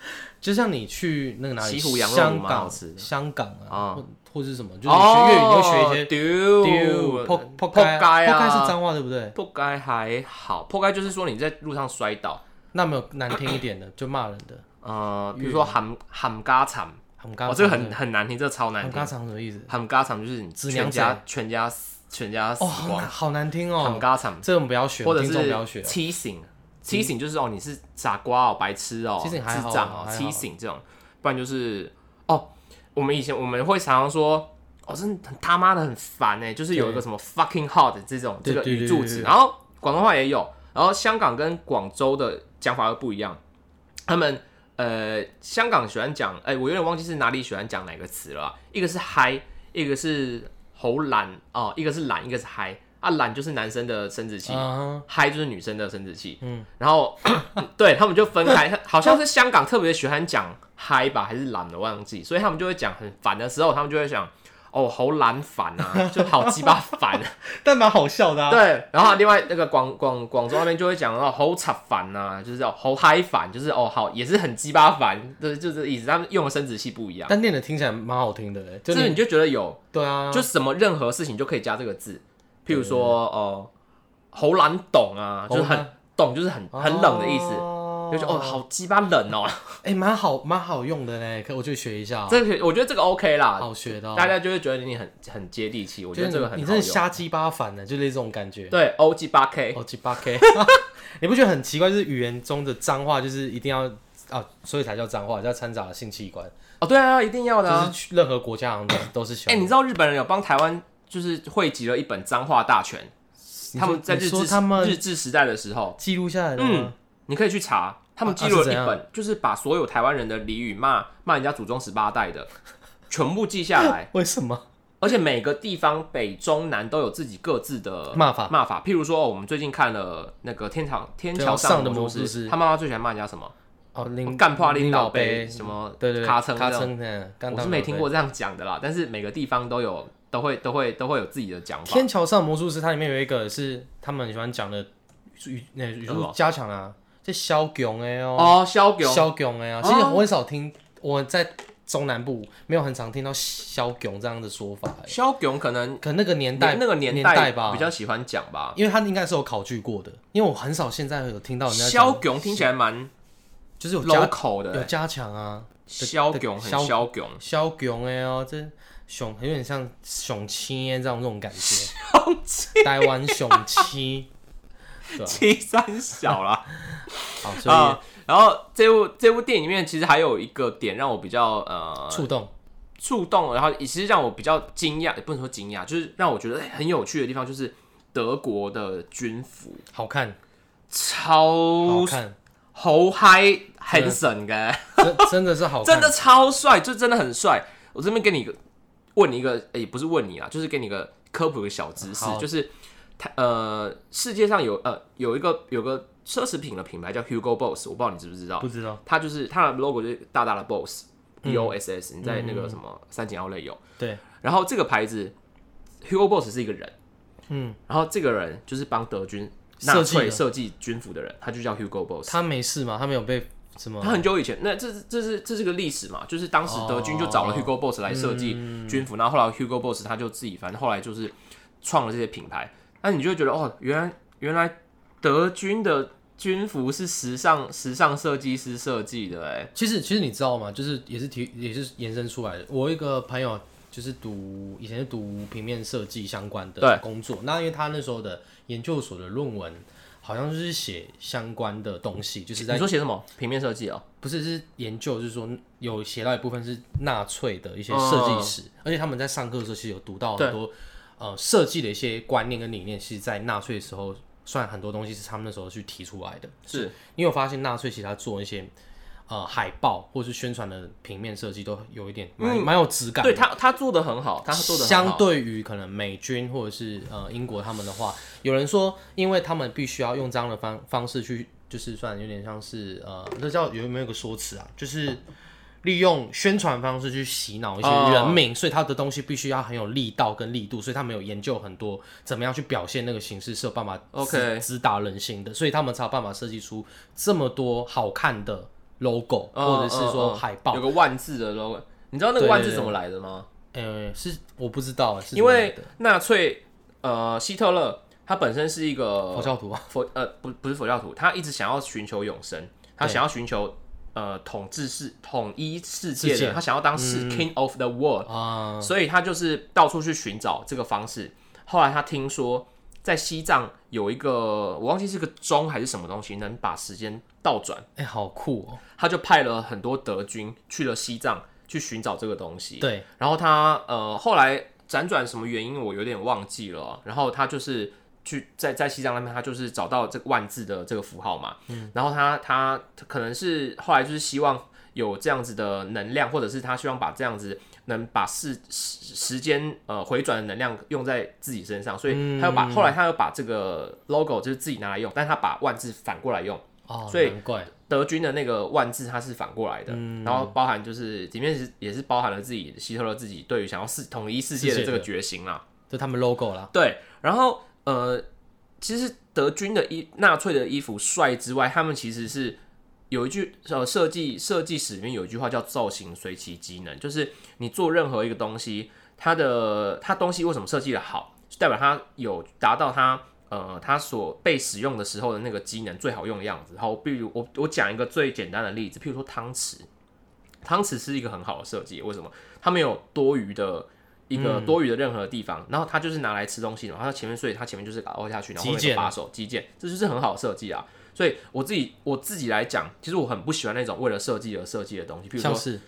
就像你去那个哪里，西湖羊肉香炉蛮好港吃、的香港啊哦啊，或或是什么，就是你学粤语你就学一些丢丢破破破街破街破啊街是脏话对不对？破街还好，破街就是说你在路上摔倒，那没有难听一点的，就骂人的，呃，比如说喊喊嘎惨，很哦，刚这个很很难听，这个超难很听刚。长什么意思？喊嘎惨就是你指全娘家全家死全家死哦，好光难，好难听喊哦。嘎惨，这种不要学，或者听众不要是学。七醒，七醒就是哦，你是傻瓜哦，白痴哦，七醒还好智障哦，还好七醒这种，不然就是哦，我们以前我们会常常说。哦，真的很他妈的很烦哎，就是有一个什么 fucking hot 这种这对个对语对助对词，对然后广东话也有，然后香港跟广州的讲法又不一样，他们呃香港喜欢讲，哎、我有点忘记是哪里喜欢讲哪个词了啊、一个是嗨，一个是喉懒哦，一个是懒，一个是嗨啊，懒就是男生的生殖器，啊，嗨就是女生的生殖器，嗯嗯，然后 [clears throat] 对他们就分开，好像是香港特别喜欢讲嗨吧，还是懒的忘记，所以他们就会讲很烦的时候，他们就会想哦，好懒烦啊，就好鸡巴烦。啊但蛮好笑的啊。 [laughs] 对，然后另外那个广广广州那边就会讲到好惨烦呐，就是哦好嗨烦，就是哦好也是很鸡巴烦，对，就是意思他们用的生殖器不一样，但念的听起来蛮好听的欸，就就是你你就觉得有，对啊，就什么任何事情就可以加这个字，譬如说哦好懒懂啊，就是好很懂就是很很冷的意思，就是哦好鸡巴冷哦，哎，蛮好蛮好用的嘞，可我去学一下哦，这个我觉得这个 OK 啦，好学的哦。大家就会觉得你很很接地气，我觉就是得这个你很你好真的用。瞎鸡巴烦呢，就类似这种感觉。对，O G 八 K，哦，鸡巴 K，你不觉得很奇怪？就是语言中的脏话，就是一定要啊，所以才叫脏话，叫掺杂了性器官，哦对啊，一定要的啊就。是去任何国家好像都都是喜哎、欢。你知道日本人有帮台湾就是汇集了一本脏话大全，你他说们在日你说治他日们治时代的时候，记录下来的嗯吗，你可以去查，他们啊记是录了怎一样本，就是把所有台湾人的俚语骂骂人家祖宗十八代的，全部记下来，为什么？而且每个地方北中南都有自己各自的骂法骂法。譬如说，哦我们最近看了那个天堂天对桥上的的魔魔术术师，师他妈妈最喜欢骂人家什么？哦，林干话林领导杯嗯杯什么对对对咔蹭咔这种蹭的，干我到是老没杯听过。这样讲的啦，但是每个地方都有，都会都会都会有自己的讲法。天桥上魔术师，它里面有一个是他们很喜欢讲的语那语什速么加强啊，这小囧哎哦，哦，萧哦狗，小囧哎啊，其实我很少听，我在中南部没有很常听到小囧这样的说法欸，萧囧可能可能那个年代年那个年代代吧比较喜欢讲吧。因为他应该是有考据过的，因为我很少现在有听到人家萧哦讲，囧听起来蛮就是有加 local 有的，加强啊，萧囧很萧萧囧，小囧哎哦，这熊有点像熊七这样这种感觉，台湾熊 [laughs] 七，对啊七三小啦好，所以啊。然后这部这部电影里面其实还有一个点让我比较呃触动触动，然后也其实让我比较惊讶，也不能说惊讶，就是让我觉得哎很有趣的地方就是德国的军服好看，好超看，猴嗨很神的。真真的是好看，哎 [laughs] 真的超帅，就真的很帅。我这边给你一个问你一个，也、不是问你啊，就是给你一个科普的小知识，好就是它呃，世界上有呃有一个有个奢侈品的品牌叫 Hugo Boss，我不知道你知不知道不，知道它就是它的 logo 就是大大的 Boss 嗯 B O S S，、你在那个什么三井奥莱有，对，然后这个牌子 Hugo Boss 是一个人，嗯，然后这个人就是帮德军纳设计的粹设计军服的人，他就叫 Hugo Boss。他哦没事嘛，他没有被什么他很久以前，那这是这是这是个历史嘛，就是当时德军就找了哦嗯 Hugo Boss 来设计军服，然后后来 Hugo Boss 他就自己，反正后来就是创了这些品牌。那你就会觉得哦，原来原来德军的军服是时尚时尚设计师设计的，哎，其实其实你知道吗？就是也是提也是延伸出来的。我有一个朋友就是读以前是读平面设计相关对的工作，那因为他那时候的研究所的论文好像就是写相关的东西，就是你在说写什么平面设计哦？不是是研究，就是说有写到一部分是纳粹的一些设计史，而且他们在上课的时候其实有读到嗯对很多呃设计的一些观念跟理念，其实，在纳粹的时候算很多东西是他们那时候去提出来的。是你有发现纳粹其实他做一些呃海报或是宣传的平面设计都有一点蛮蛮、有质感的对他他做的很好，他做的相对于可能美军或者是呃英国他们的话，有人说，因为他们必须要用这样的方方式去，就是算有点像是呃，那叫有没有一个说辞啊？就是利用宣传方式去洗脑一些哦人民，所以他的东西必须要很有力道跟力度，所以他们有研究很多怎么样去表现那个形式是有办法 OK 直直达人心的，所以他们才有办法设计出这么多好看的 logo，、嗯或者是嗯说嗯海报有。个万字的 logo，你知道那个对万字怎么来的吗？呃，是我不知道啊，是因怎么来为的纳粹呃希特勒他本身是一个佛教徒啊。佛呃不不是佛教徒，他一直想要寻求永生，他对想要寻求呃统治世统一世界的，世界嗯他想要当世、king of the world，、啊、所以他就是到处去寻找这个方式。后来他听说在西藏有一个我忘记是个钟还是什么东西，能把时间倒转，哎、好酷哦！他就派了很多德军去了西藏去寻找这个东西。对，然后他呃后来辗转什么原因我有点忘记了哦，然后他就是去在在西藏那边，他就是找到这个万字的这个符号嘛，嗯，然后他他他可能是后来就是希望有这样子的能量，或者是他希望把这样子能把时时时间呃回转的能量用在自己身上，所以他又把、后来他又把这个 logo 就是自己拿来用，但他把万字反过来用，哦，所以难怪德军的那个万字它是反过来的，然后包含就是里面是也是包含了自己希特勒自己对于想要世统一世界世的界这个的决心啦。就他们 logo 啦，对，然后呃，其实德军的衣纳粹的衣服帅之外，他们其实是有一句呃设计设计史里面有一句话叫“造型随其机能”，就是你做任何一个东西，它的它东西为什么设计的好，就代表它有达到它。呃，它所被使用的时候的那个机能最好用的样子。好，比如我我讲一个最简单的例子，譬如说汤匙，汤匙是一个很好的设计，为什么？它没有多余的一个嗯多余的任何地方，然后它就是拿来吃东西的嘛，然后它前面所以它前面就是凹下去，然后后极面有简把手肌腱，这就是很好的设计啊。所以我自己我自己来讲，其实我很不喜欢那种为了设计而设计的东西，譬如像说是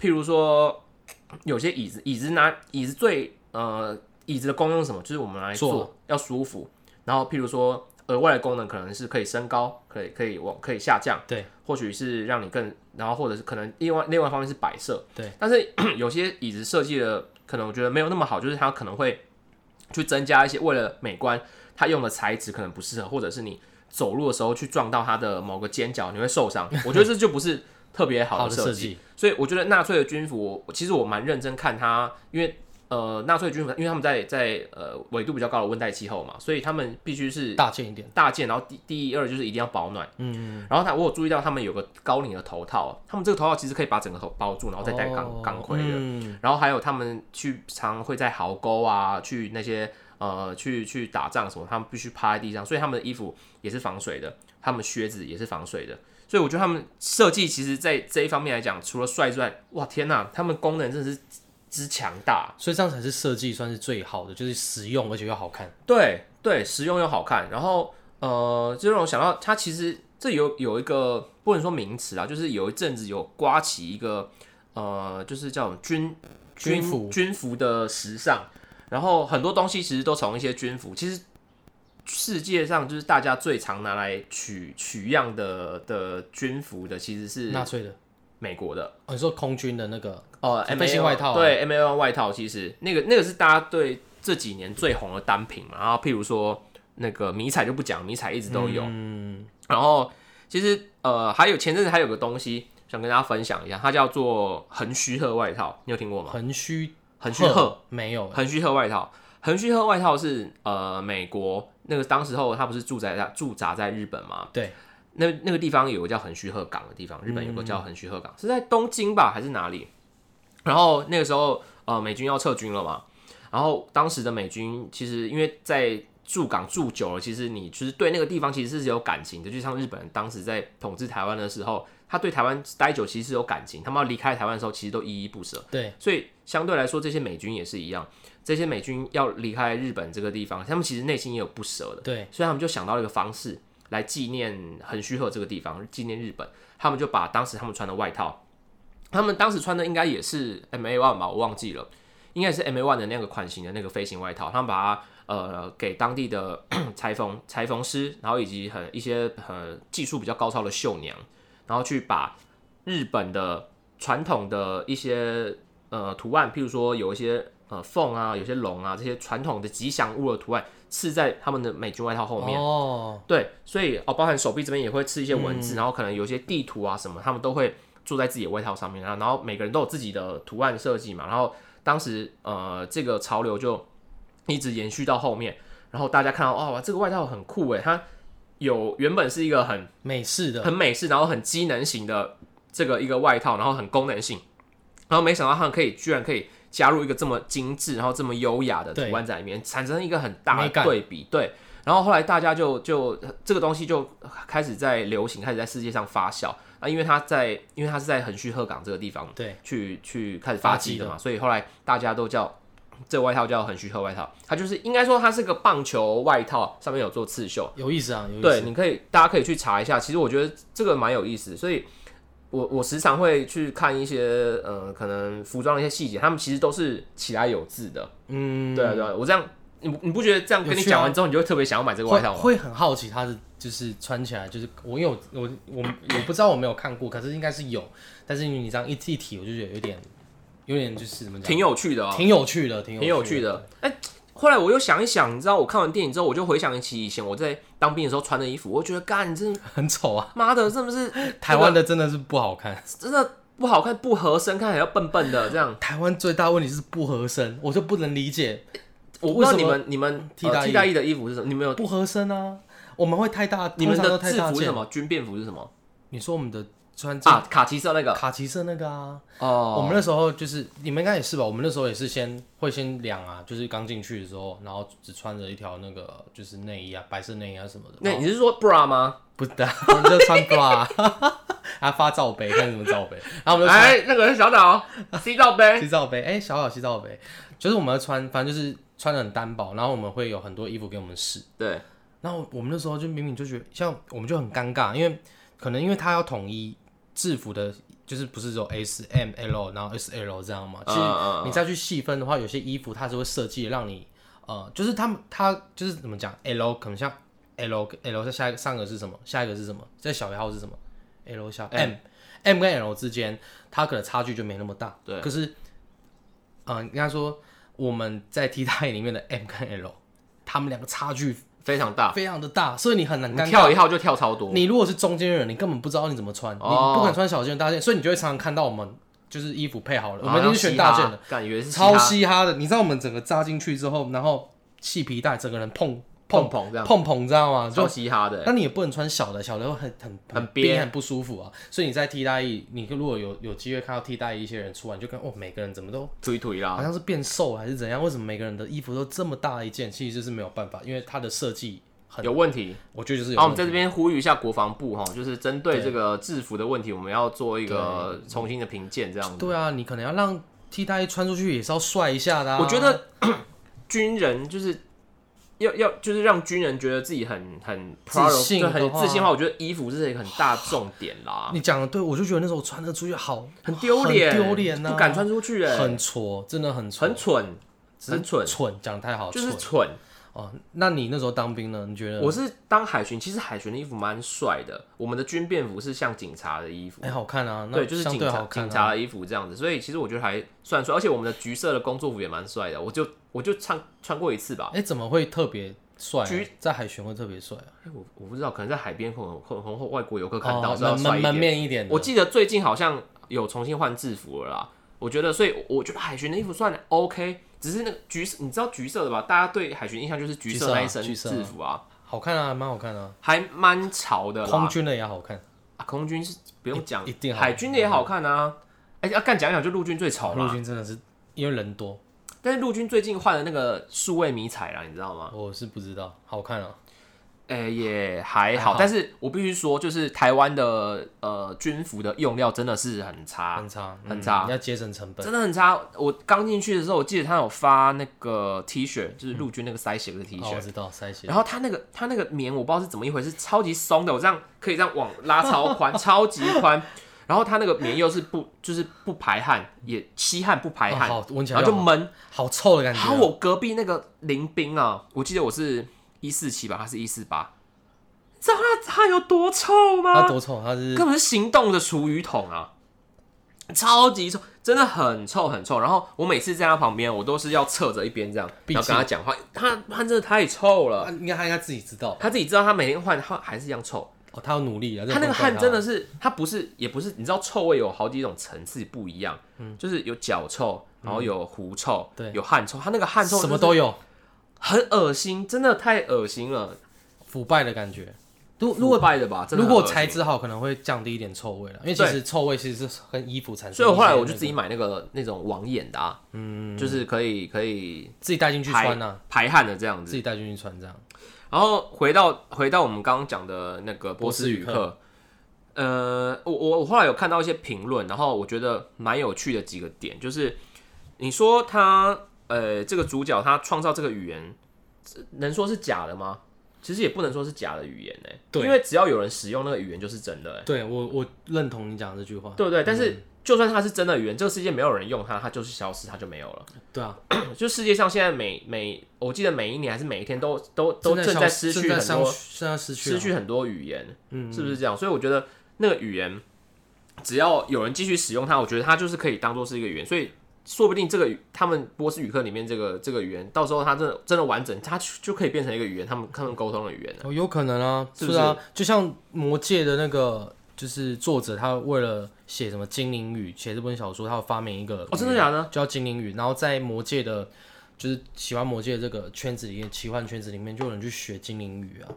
譬如说有些椅子，椅子拿椅子最呃椅子的功用是什么？就是我们拿来坐坐要舒服，然后譬如说额外的功能可能是可以升高，可以可以往可以下降，对，或许是让你更，然后或者是可能另外另外一方面是摆设，对，但是 [clears throat] 有些椅子设计的可能我觉得没有那么好，就是它可能会去增加一些为了美观，它用的材质可能不适合，或者是你走路的时候去撞到它的某个尖角，你会受伤。我觉得这就不是特别好好的的设设计。计，所以我觉得纳粹的军服，我其实我蛮认真看它，因为呃，纳粹军服，因为他们在在呃纬度比较高的温带气候嘛，所以他们必须是大件一点，大件，然后第第一二就是一定要保暖，嗯，然后他我有注意到他们有个高领的头套，啊他们这个头套其实可以把整个头包住，然后再戴钢哦钢盔的，嗯然后还有他们去常会在壕沟啊，去那些呃去去打仗什么，他们必须趴在地上，所以他们的衣服也是防水的，他们靴子也是防水的。所以我觉得他们设计其实在这一方面来讲，除了帅之外，哇天呐，他们功能真的是之强大。所以这样才是设计算是最好的，就是实用而且又好看。对对，实用又好看。然后呃，就让我想到它其实这有有一个不能说名词啊，就是有一阵子有刮起一个呃，就是叫什么军军服军服的时尚，然后很多东西其实都从一些军服，其实世界上就是大家最常拿来取取样的的军服的，其实是纳粹的，美国的哦你说空军的那个呃是 M 背 A 心外套啊对 M A One 外套，其实那个那个是大家对这几年最红的单品嘛，然后譬如说那个迷彩就不讲，迷彩一直都有，嗯，然后其实呃还有前阵子还有个东西想跟大家分享一下，它叫做横须贺外套，你有听过吗？横须横须贺没有欸，横须贺外套，横须贺外套是呃美国那个当时候他不是驻在驻扎在日本吗？对，那那个地方有个叫横须贺港的地方，日本有个叫横须贺港，是在东京吧还是哪里？然后那个时候呃美军要撤军了嘛，然后当时的美军其实因为在驻港驻久了，其实你就是对那个地方其实是有感情的，就像日本人当时在统治台湾的时候，他对台湾待久其实是有感情，他们要离开台湾的时候其实都依依不舍。对，所以相对来说，这些美军也是一样，这些美军要离开日本这个地方，他们其实内心也有不舍的，对，所以他们就想到了一个方式来纪念横须贺这个地方，纪念日本。他们就把当时他们穿的外套，他们当时穿的应该也是 M A One 吧，我忘记了，应该是 M A One 的那个款型的那个飞行外套，他们把它呃给当地的 [clears throat] 裁缝裁缝师，然后以及很一些很技术比较高超的绣娘，然后去把日本的传统的一些呃图案，譬如说有一些呃凤啊，有些龙啊这些传统的吉祥物的图案刺在他们的美军外套后面。哦，对，所以哦，包含手臂这边也会刺一些文字，然后可能有一些地图啊什么，他们都会做在自己的外套上面，啊然后然后每个人都有自己的图案设计嘛，然后当时呃这个潮流就一直延续到后面，然后大家看到哦，哇这个外套很酷诶，它有原本是一个很美式的很美式，然后很机能型的这个一个外套，然后很功能性，然后没想到他们可以居然可以加入一个这么精致，然后这么优雅的对图案在里面，产生一个很大美的感对比，对。然后后来大家就就这个东西就开始在流行，开始在世界上发酵啊，因为它在因为它是在横须贺港这个地方对去去开始发发迹迹的的嘛，所以后来大家都叫这外套叫横须贺外套，它就是应该说它是个棒球外套，上面有做刺绣，有意思啊，有意思，对，你可以，大家可以去查一下。其实我觉得这个蛮有意思，所以我我时常会去看一些呃，可能服装的一些细节，他们其实都是起来有字的。嗯，对啊，对啊，我这样，你不你不觉得这样跟你有趣啊讲完之后，你就会特别想要买这个外会套吗？会很好奇它的就是穿起来，就是我因为我我我我不知道我没有看过，可是应该是有，但是因为你这样一一提，我就觉得有点有点就是怎么讲，挺有趣的哦，挺有趣的，挺挺有趣的，的。哎、后来我又想一想，你知道，我看完电影之后，我就回想起以前我在当兵的时候穿的衣服，我觉得干，真很丑啊。妈的，真的是 [laughs] 台湾的的真的是不好看，真的不好看，不合身，看起来要笨笨的这样。台湾最大问题是不合身，我就不能理解我不知道为什你么们你们替代呃役替代役的衣服是什么？你们有不合身啊。我们会太大，你们通的常都太制大服是件什？么？军便服是什么你说我们的穿制啊？卡其色那个卡其色那个啊，哦，我们那时候就是你们应该也是吧？我们那时候也是先会先量啊，就是刚进去的时候，然后只穿着一条那个就是内衣啊，白色内衣啊什么的。那你是说 bra 吗？不搭，我们就穿 [laughs] bra，还发罩杯，看什么罩杯，然后我们就穿哎，那个人 [laughs] 小岛 C 罩杯洗澡杯，哎、小小洗澡杯，就是我们要穿，反正就是穿的很单薄，然后我们会有很多衣服给我们试，对，然后我们那时候就明明就觉得，像我们就很尴尬，因为可能因为他要统一制服的，就是不是只有 S、M、L，然后 S、L 这样嘛，哦其实嗯嗯你再去细分的话，有些衣服它是会设计让你，呃，就是他们他就是怎么讲，L 可能像 L L 在下一个上个是什么，下一个是什么，在小一号是什么，L 小 M M 跟 L 之间，它可能差距就没那么大。对可是，嗯、应该说我们在 T 台里面的 M 跟 L，他们两个差距非常大，非常的大，所以你很难你尴尬。跳一号就跳超多。你如果是中间人，你根本不知道你怎么穿，哦你不敢穿小件大件，所以你就会常常看到我们就是衣服配好了，我们然已后经是选大件嘻的，哈，感觉是嘻哈超嘻哈的。你知道我们整个扎进去之后，然后系皮带，整个人碰碰碰碰这样，碰碰，知道吗？就嗯超嘻哈的。那你也不能穿小的，小的会很很很憋憋，很不舒服啊。所以你在替代役，你如果有有机会看到替代役一些人出来，你就看哦，每个人怎么都推推好啦，像是变瘦还是怎样？为什么每个人的衣服都这么大一件？其实就是没有办法，因为它的设计很，有问题。我觉得就是有好，我问们题。在这边呼吁一下国防部哈，就是针对这个制服的问题，我们要做一个重新的评鉴，这样子。对啊，你可能要让替代役穿出去也是要帅一下的、啊。我觉得 [clears throat] 军人就是要要就是让军人觉得自己很很 proud 自信就的话很自信的话，我觉得衣服是一个很大重点啦，你讲的对，我就觉得那时候我穿的出去好很丢脸，很丢脸啊，不敢穿出去、欸，很挫，真的很挫，很蠢，很蠢，蠢，讲得太好，就是蠢蠢。哦。那你那时候当兵呢？你觉得我是当海巡，其实海巡的衣服蛮帅的，我们的军便服是像警察的衣服。哎、好看啊，那对，就是相警对察、好看、警啊。察的衣服这样子，所以其实我觉得还算帅，而且我们的橘色的工作服也蛮帅的，我就我就穿穿过一次吧，哎、怎么会特别帅啊、橘在海巡会特别帅啊，哎我我不知道，可能在海边可能可能会外国游客看到，哦所以要门帅门一门点。面一点的。我记得最近好像有重新换制服了啦。我觉得，所以我觉得海巡的衣服算 OK，只是那个橘色，你知道橘色的吧？大家对海巡印象就是橘橘色色啊那一身橘色啊制服啊，好看啊，蛮好看啊，还蛮潮的啦。空军的也好看，啊空军是不用讲，一定好海军的也好看啊。哎、要干讲一讲就陆军最潮陆嘛。军真的是因为人多，但是陆军最近换了那个数位迷彩啦，你知道吗？我是不知道，好看啊，哎、也还还好，好但是我必须说，就是台湾的呃军服的用料真的是很差，很差啊很差嗯要节省成本。真的很差。我刚进去的时候，我记得他有发那个 T 恤，就是陆军那个塞鞋的 T 哦，恤。我知道塞鞋，然后他那个他那个棉，我不知道是怎么一回事，超级松的，我这样可以这样往拉超宽， [laughs] 超级宽。然后他那个棉又是不就是不排汗，也吸汗不排哦汗，好闻起来然后就好嗯闷。好臭的感觉然后啊、我隔壁那个林兵啊，我记得我是一四七吧，他是一四八，知道他他有多臭吗？它多臭，它是根本是行动的厨余桶啊，超级臭，真的很臭很臭。然后我每次在他旁边，我都是要侧着一边这样，闭气然后跟他讲话。他他真的太臭了，啊应该他应该自己知道，他自己知道他每天换，他还是一样臭。哦，他要努力啊，他那个汗真的的是，他不是也不是，你知道臭味有好几种层次不一样，就是有脚臭，然后有狐臭，嗯对有汗臭。他那个汗臭什么都有，有，很恶心，真的太恶心了。腐败的感觉。如如果腐败的吧，真的嗯如很果恶心材质好，可能会降低一点臭味了，因为其实臭味其实是跟衣服产生。所以我后来我就自己买那个那种网眼的啊，嗯，就是可以可以自己带进去穿呐、排汗的这样自子。己带进去穿这样。然后回到回到我们刚刚讲的那个波斯语波斯课，呃，我我我后来有看到一些评论，然后我觉得蛮有趣的几个点，就是你说他呃这个主角他创造这个语言，这能说是假的吗？其实也不能说是假的语言呢、对因为只要有人使用那个语言就是真的、欸，对我我认同你讲的这句话。对不对？但是就算它是真的语言，这个世界没有人用它，它就是消失，它就没有了。对啊，就世界上现在每每，我记得每一年还是每一天都都都正正在失去正在很伤多正在失去失了去很多语言，嗯，是不是这样？所以我觉得那个语言，只要有人继续使用它，我觉得它就是可以当做是一个语言。所以说不定这个语他们波斯语课里面这个这个语言，到时候它真的真的完整，它就就可以变成一个语言，他们他们沟通的语言了。哦，有可能啊，是不是啊，就像《魔戒》的那个，就是作者他为了写什么精灵语，写这本小说，他有发明一个哦，真的假的？叫精灵语，然后在魔界的，就是喜欢魔界这个圈子里面，奇幻圈子里面就有人去学精灵语啊。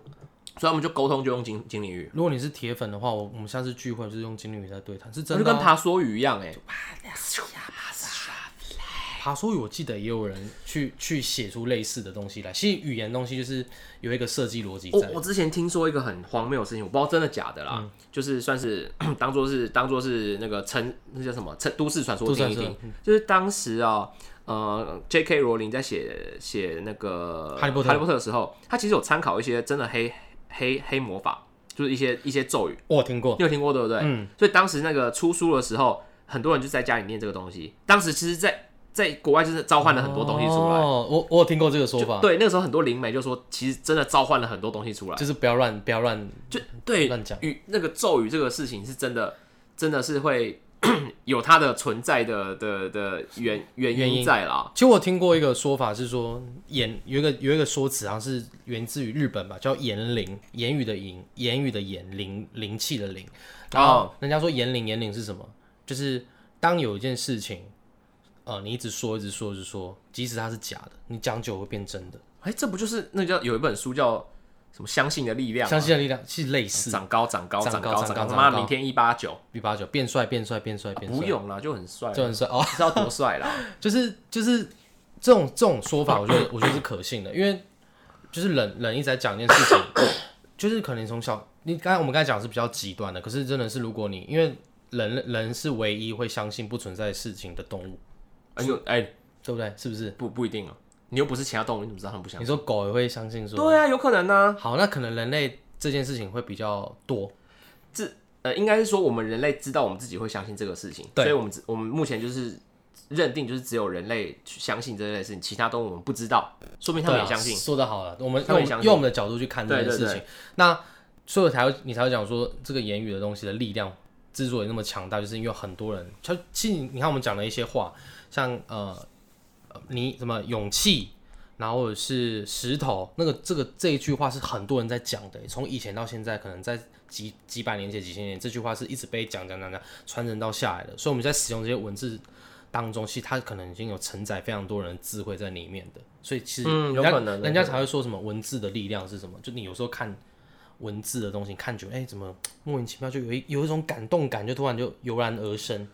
所以他们就沟通就用精精灵语，如果你是铁粉的话，我我们下次聚会就是用精灵语在对谈，是就真跟的啊、爬梭语一样哎、爬梭语我记得也有人去去写出类似的东西来。其实语言东西就是有一个设计逻辑我在。我之前听说一个很荒谬的事情，我不知道真的假的嗯啦，就是算是 [clears throat] 当做是当做是那个城那叫什么城都市传说都市听一传嗯听，就是当时啊、呃，J.K. 罗琳在写写那个哈利波特哈利波特的时候，他其实有参考一些真的黑黑黑魔法，就是一些一些咒语，我有听过，你有听过对不对？嗯，所以当时那个出书的时候，很多人就在家里念这个东西。当时其实在，在国外就是召唤了很多东西出来。哦，我我有听过这个说法，对，那个时候很多灵媒就说，其实真的召唤了很多东西出来。就是不要乱不要乱就对乱讲语那个咒语这个事情是真的，真的是会 [clears throat] 有它的存在的的的原原原因因在啦。其实我听过一个说法是说，言有一个有一个说辞，好像是源自于日本吧，叫言灵，言语的言，言语的言，灵灵气的灵。然哦后人家说言灵言灵是什么？就是当有一件事情，呃，你一直说一直说一直说，即使它是假的，你讲久会变真的。哎、这不就是那叫有一本书叫什么《相信的力量》相吗？信的力量是类似长高长高长长高高长长高高，长妈高明天一八九，一八九变帅变帅变帅变啊不帅，用啦，就很帅，就很帅哦。你知道多帅 [laughs] 啦。就是就是这种这种说法，我觉得我觉得是可信的，因为就是人人一直在讲一件事情，就是可能从小你刚才我们刚才讲的是比较极端的，可是真的是如果你因为人人是唯一会相信不存在事情的动物，哎呦，哎、对不对？是不是？不不一定哦，你又不是其他动物，你怎么知道他们不相你信？说狗也会相信说，对啊，有可能呢、好，那可能人类这件事情会比较多，呃，应该是说我们人类知道我们自己会相信这个事情，对所以我们只我们目前就是认定就是只有人类去相信这类事情，其他动物我们不知道，说明他们对也啊相信。说的好了，我们用他们我也相们信用我们的角度去看这件事情，对对那所以才会你才会讲说这个言语的东西的力量之所以那么强大，就是因为很多人，他其实你看我们讲的一些话，像呃呃你什么勇气。然后或者是石头，那个这个这一句话是很多人在讲的，从以前到现在，可能在几几百年前、几千年，这句话是一直被讲讲讲讲传承到下来的。所以我们在使用这些文字当中，其实它可能已经有承载非常多人的智慧在里面的。所以其实嗯人家有可能人家才会说什么文字的力量是什么？就你有时候看文字的东西，你看久，哎，怎么莫名其妙就有一有一种感动感，就突然就油然而生。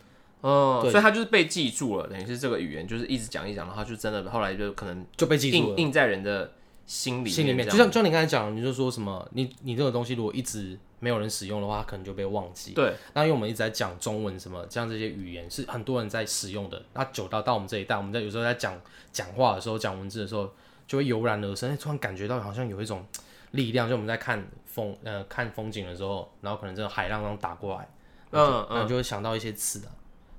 嗯，对所以他就是被记住了，等于是这个语言就是一直讲一讲，然后就真的后来就可能就被记住了印印在人的心里心里面，这就样像就像你刚才讲，你就说什么，你你这个东西如果一直没有人使用的话，它可能就被忘记。对，那因为我们一直在讲中文什么，像这些语言是很多人在使用的。那久到到我们这一代，我们在有时候在讲讲话的时候，讲文字的时候，就会油然而生，哎突然感觉到好像有一种力量。就我们在看风呃看风景的时候，然后可能这个海浪刚打过来，嗯然后嗯就会想到一些词啊，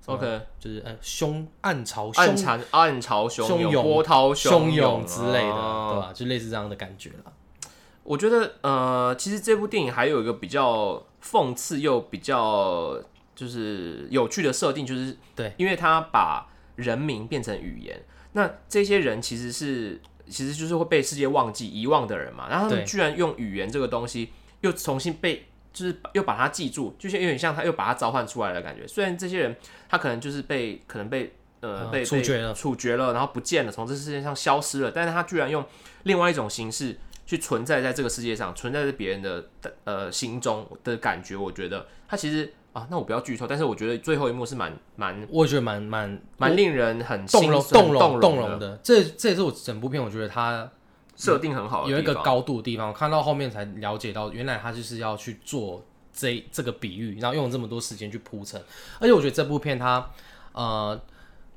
什么，OK，就是呃凶暗潮凶暗潮暗潮汹汹涌涌，波涛汹涌涌之类的，哦对吧？就类似这样的感觉啦。我觉得呃，其实这部电影还有一个比较讽刺又比较就是有趣的设定，就是对，因为他把人名变成语言，那这些人其实是其实就是会被世界忘记、遗忘的人嘛，然后他对们居然用语言这个东西又重新被。就是又把它记住，就像有点像他又把它召唤出来的感觉。虽然这些人他可能就是被可能被呃嗯被处决了被处决了，然后不见了，从这世界上消失了，但是他居然用另外一种形式去存在在这个世界上，存在在别人的呃心中的感觉，我觉得他其实啊，那我不要剧透，但是我觉得最后一幕是蛮蛮我也觉得蛮蛮蛮令人很动容、动容、容动动容的的。这这也是我整部片，我觉得它设定很好的地有方，一个高度的地方。我看到后面才了解到，原来他就是要去做这这个比喻，然后用了这么多时间去铺陈。而且我觉得这部片它，呃，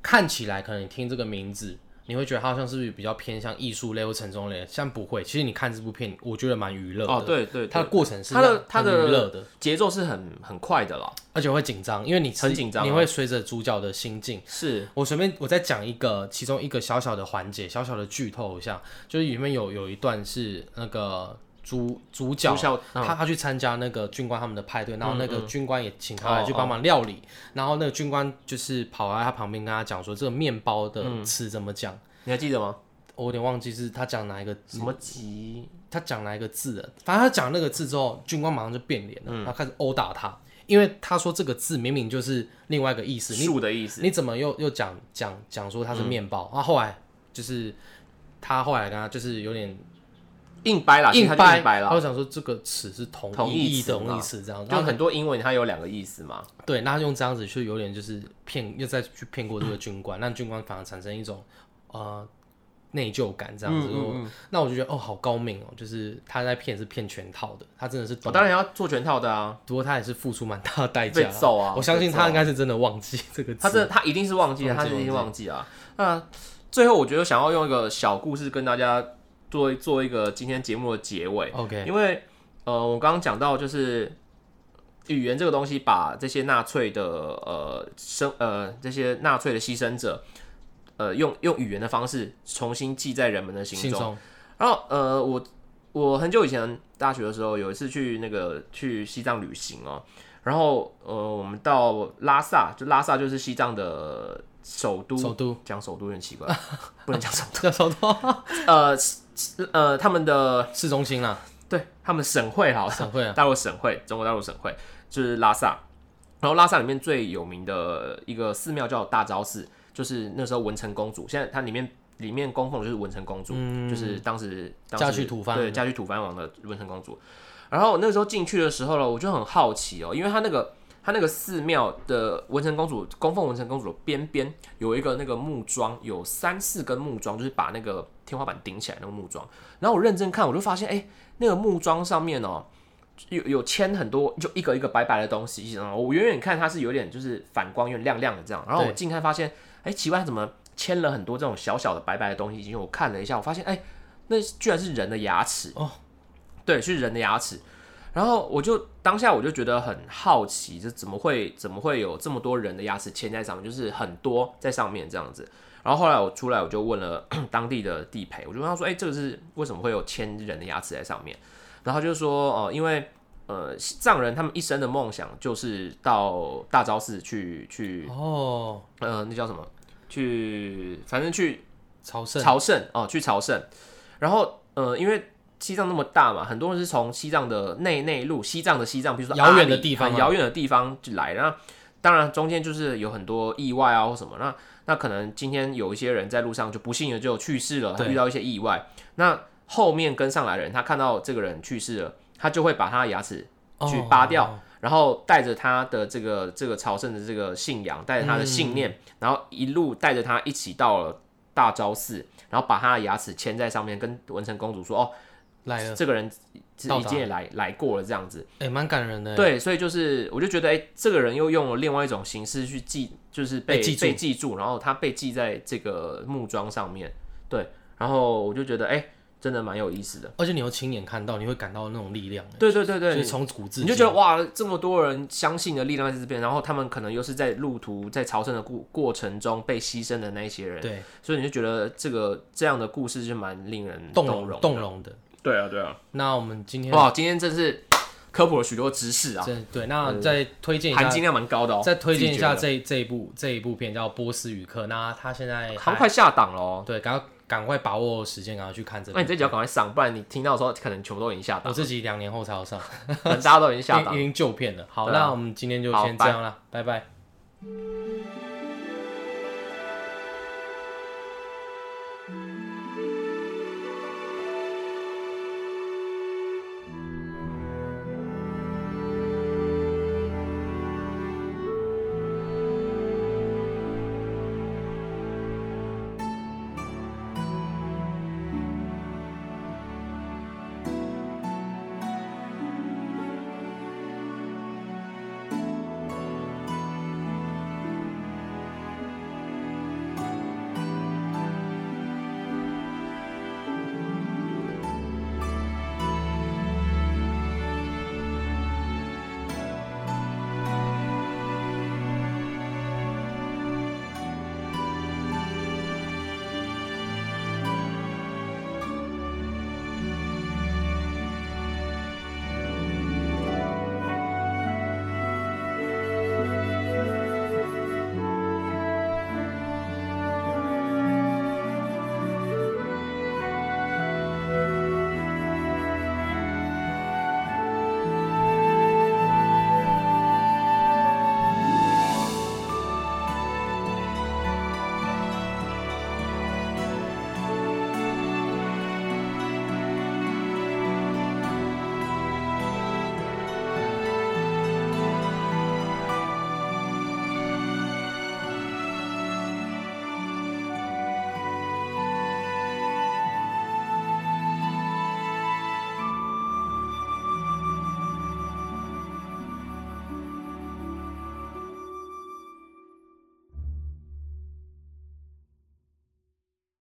看起来可能你听这个名字，你会觉得它好像是不是比较偏向艺术类或沉重类，像不会。其实你看这部片，我觉得蛮娱乐的。哦，对对，它它的过程是它的它很的娱乐的，节奏是很很快的啦，而且会紧张，因为你是很紧张啊你会随着主角的心境。是我随便我再讲一个其中一个小小的环节，小小的剧透一下，就是里面有有一段是那个主主角，主角嗯他他去参加那个军官他们的派对，然后那个军官也请他哦来去帮忙料理，然后那个军官就是跑来他旁边跟他讲说这个面包的嗯词怎么讲，你还记得吗？我有点忘记是他讲哪一个什么吉？他讲哪一个字了，反正他讲那个字之后，军官马上就变脸嗯了，然后开始殴打他，因为他说这个字明明就是另外一个意思，你树的意思。你怎么又又讲讲讲说它嗯是面包？啊，后来就是他后来跟他就是有点硬掰啦，其实硬它就掰，硬掰他啦。就想说这个词是同同义义词嘛啊同义词这样，然就后很多英文它有两个意思嘛，对，那他用这样子去有点就是骗，又再去骗过这个军官，让军官反而产生一种呃内疚感这样子。嗯嗯我那我就觉得哦，好高明哦，就是他在骗是骗全套的，他真的是我、懂，当然要做全套的啊，不过他也是付出蛮大的代价被啦。揍啊！我相信被揍他应该是真的忘记这个他字，这他一定是忘记了，忘他记是一定忘忘记啊。那最后，我觉得想要用一个小故事跟大家做做一个今天节目的结尾， OK，因为呃，我刚刚讲到就是语言这个东西，把这些纳粹的呃生呃这些纳粹的牺牲者，呃用用语言的方式重新记在人们的心信中。中然后呃，我我很久以前大学的时候有一次去那个去西藏旅行哦，然后呃，我们到拉萨，就拉萨就是西藏的首都，首都 [laughs] 讲首都有点奇怪，不能讲 [laughs] 首叫首都都，呃是是呃，他们的市中心啦，对他们省会 [laughs] 好了，省会啊，大陆省会，中国大陆省会就是拉萨。然后拉萨里面最有名的一个寺庙叫大昭寺，就是那时候文成公主，现在它里面里面供奉的就是文成公主，就是当时当时嫁去嗯吐蕃对嫁去吐蕃王的文成公主。然后那时候进去的时候呢，我就很好奇哦，因为它那个它那个寺庙的文成公主供奉文成公主的边边有一个那个木桩，有三四根木桩，就是把那个天花板顶起来那个木桩。然后我认真看，我就发现哎，那个木桩上面哦，有有签很多，就一个一个白白的东西，然后我远远看它是有点就是反光，有点亮亮的这样。然后我对近看发现，哎，奇怪，它怎么签了很多这种小小的白白的东西？因为我看了一下，我发现，哎，那居然是人的牙齿哦，对，是人的牙齿。然后我就当下我就觉得很好奇，这怎么会怎么会有这么多人的牙齿嵌在上面，就是很多在上面这样子。然后后来我出来我就问了 [clears throat] 当地的地陪，我就问他说：“哎、这个是为什么会有嵌人的牙齿在上面？”然后他就说：“哦、因为呃藏人他们一生的梦想就是到大昭寺去去哦，呃那叫什么去，反正去朝圣朝圣哦，去朝圣。然后呃，因为西藏那么大嘛，很多人是从西藏的内内陆，西藏的西藏，比如说遥阿远里的地方很啊遥远的地方就来。那当然中间就是有很多意外啊或什么，那那可能今天有一些人在路上就不幸的就去世了，他对遇到一些意外。那后面跟上来的人，他看到这个人去世了，他就会把他的牙齿去扒掉，哦然后带着他的这个这个朝圣的这个信仰，带着他的信念，然后一路带着他一起到了大昭寺，然后把他的牙齿嵌在上面，跟文成公主说：“哦，来了，这个人到已达经也来来过了。”这样子，哎，蛮感人的，，对，所以就是我就觉得，哎，这个人又用了另外一种形式去记，就是被被记住被记住，然后他被记在这个木桩上面，对，然后我就觉得，哎，真的蛮有意思的。而且你又亲眼看到，你会感到那种力量，欸对对对对，就是从古至你就觉得哇，这么多人相信的力量在这边，然后他们可能又是在路途在朝圣的过过程中被牺牲的那一些今人，对所以你就觉得这个这样的故事就蛮令人动容容动容的。对啊，对啊。那我们今天哇，今天真是科普了许多知识啊，这对，那再推荐一含下，金量蛮高的哦。再推荐一下自己这这一部这一部片叫《波斯语课》，那他现在觉得，好还像快下档了哦。对，赶快赶快把握时间，赶快去看这部那你。这集要赶快上，不然你听到的时候可能全部都已经下档 [laughs] 我，自己两年后才要上，可能大家都已经下已档已。经旧片了。好，对啊那我们今天就好先拜这样了，拜拜。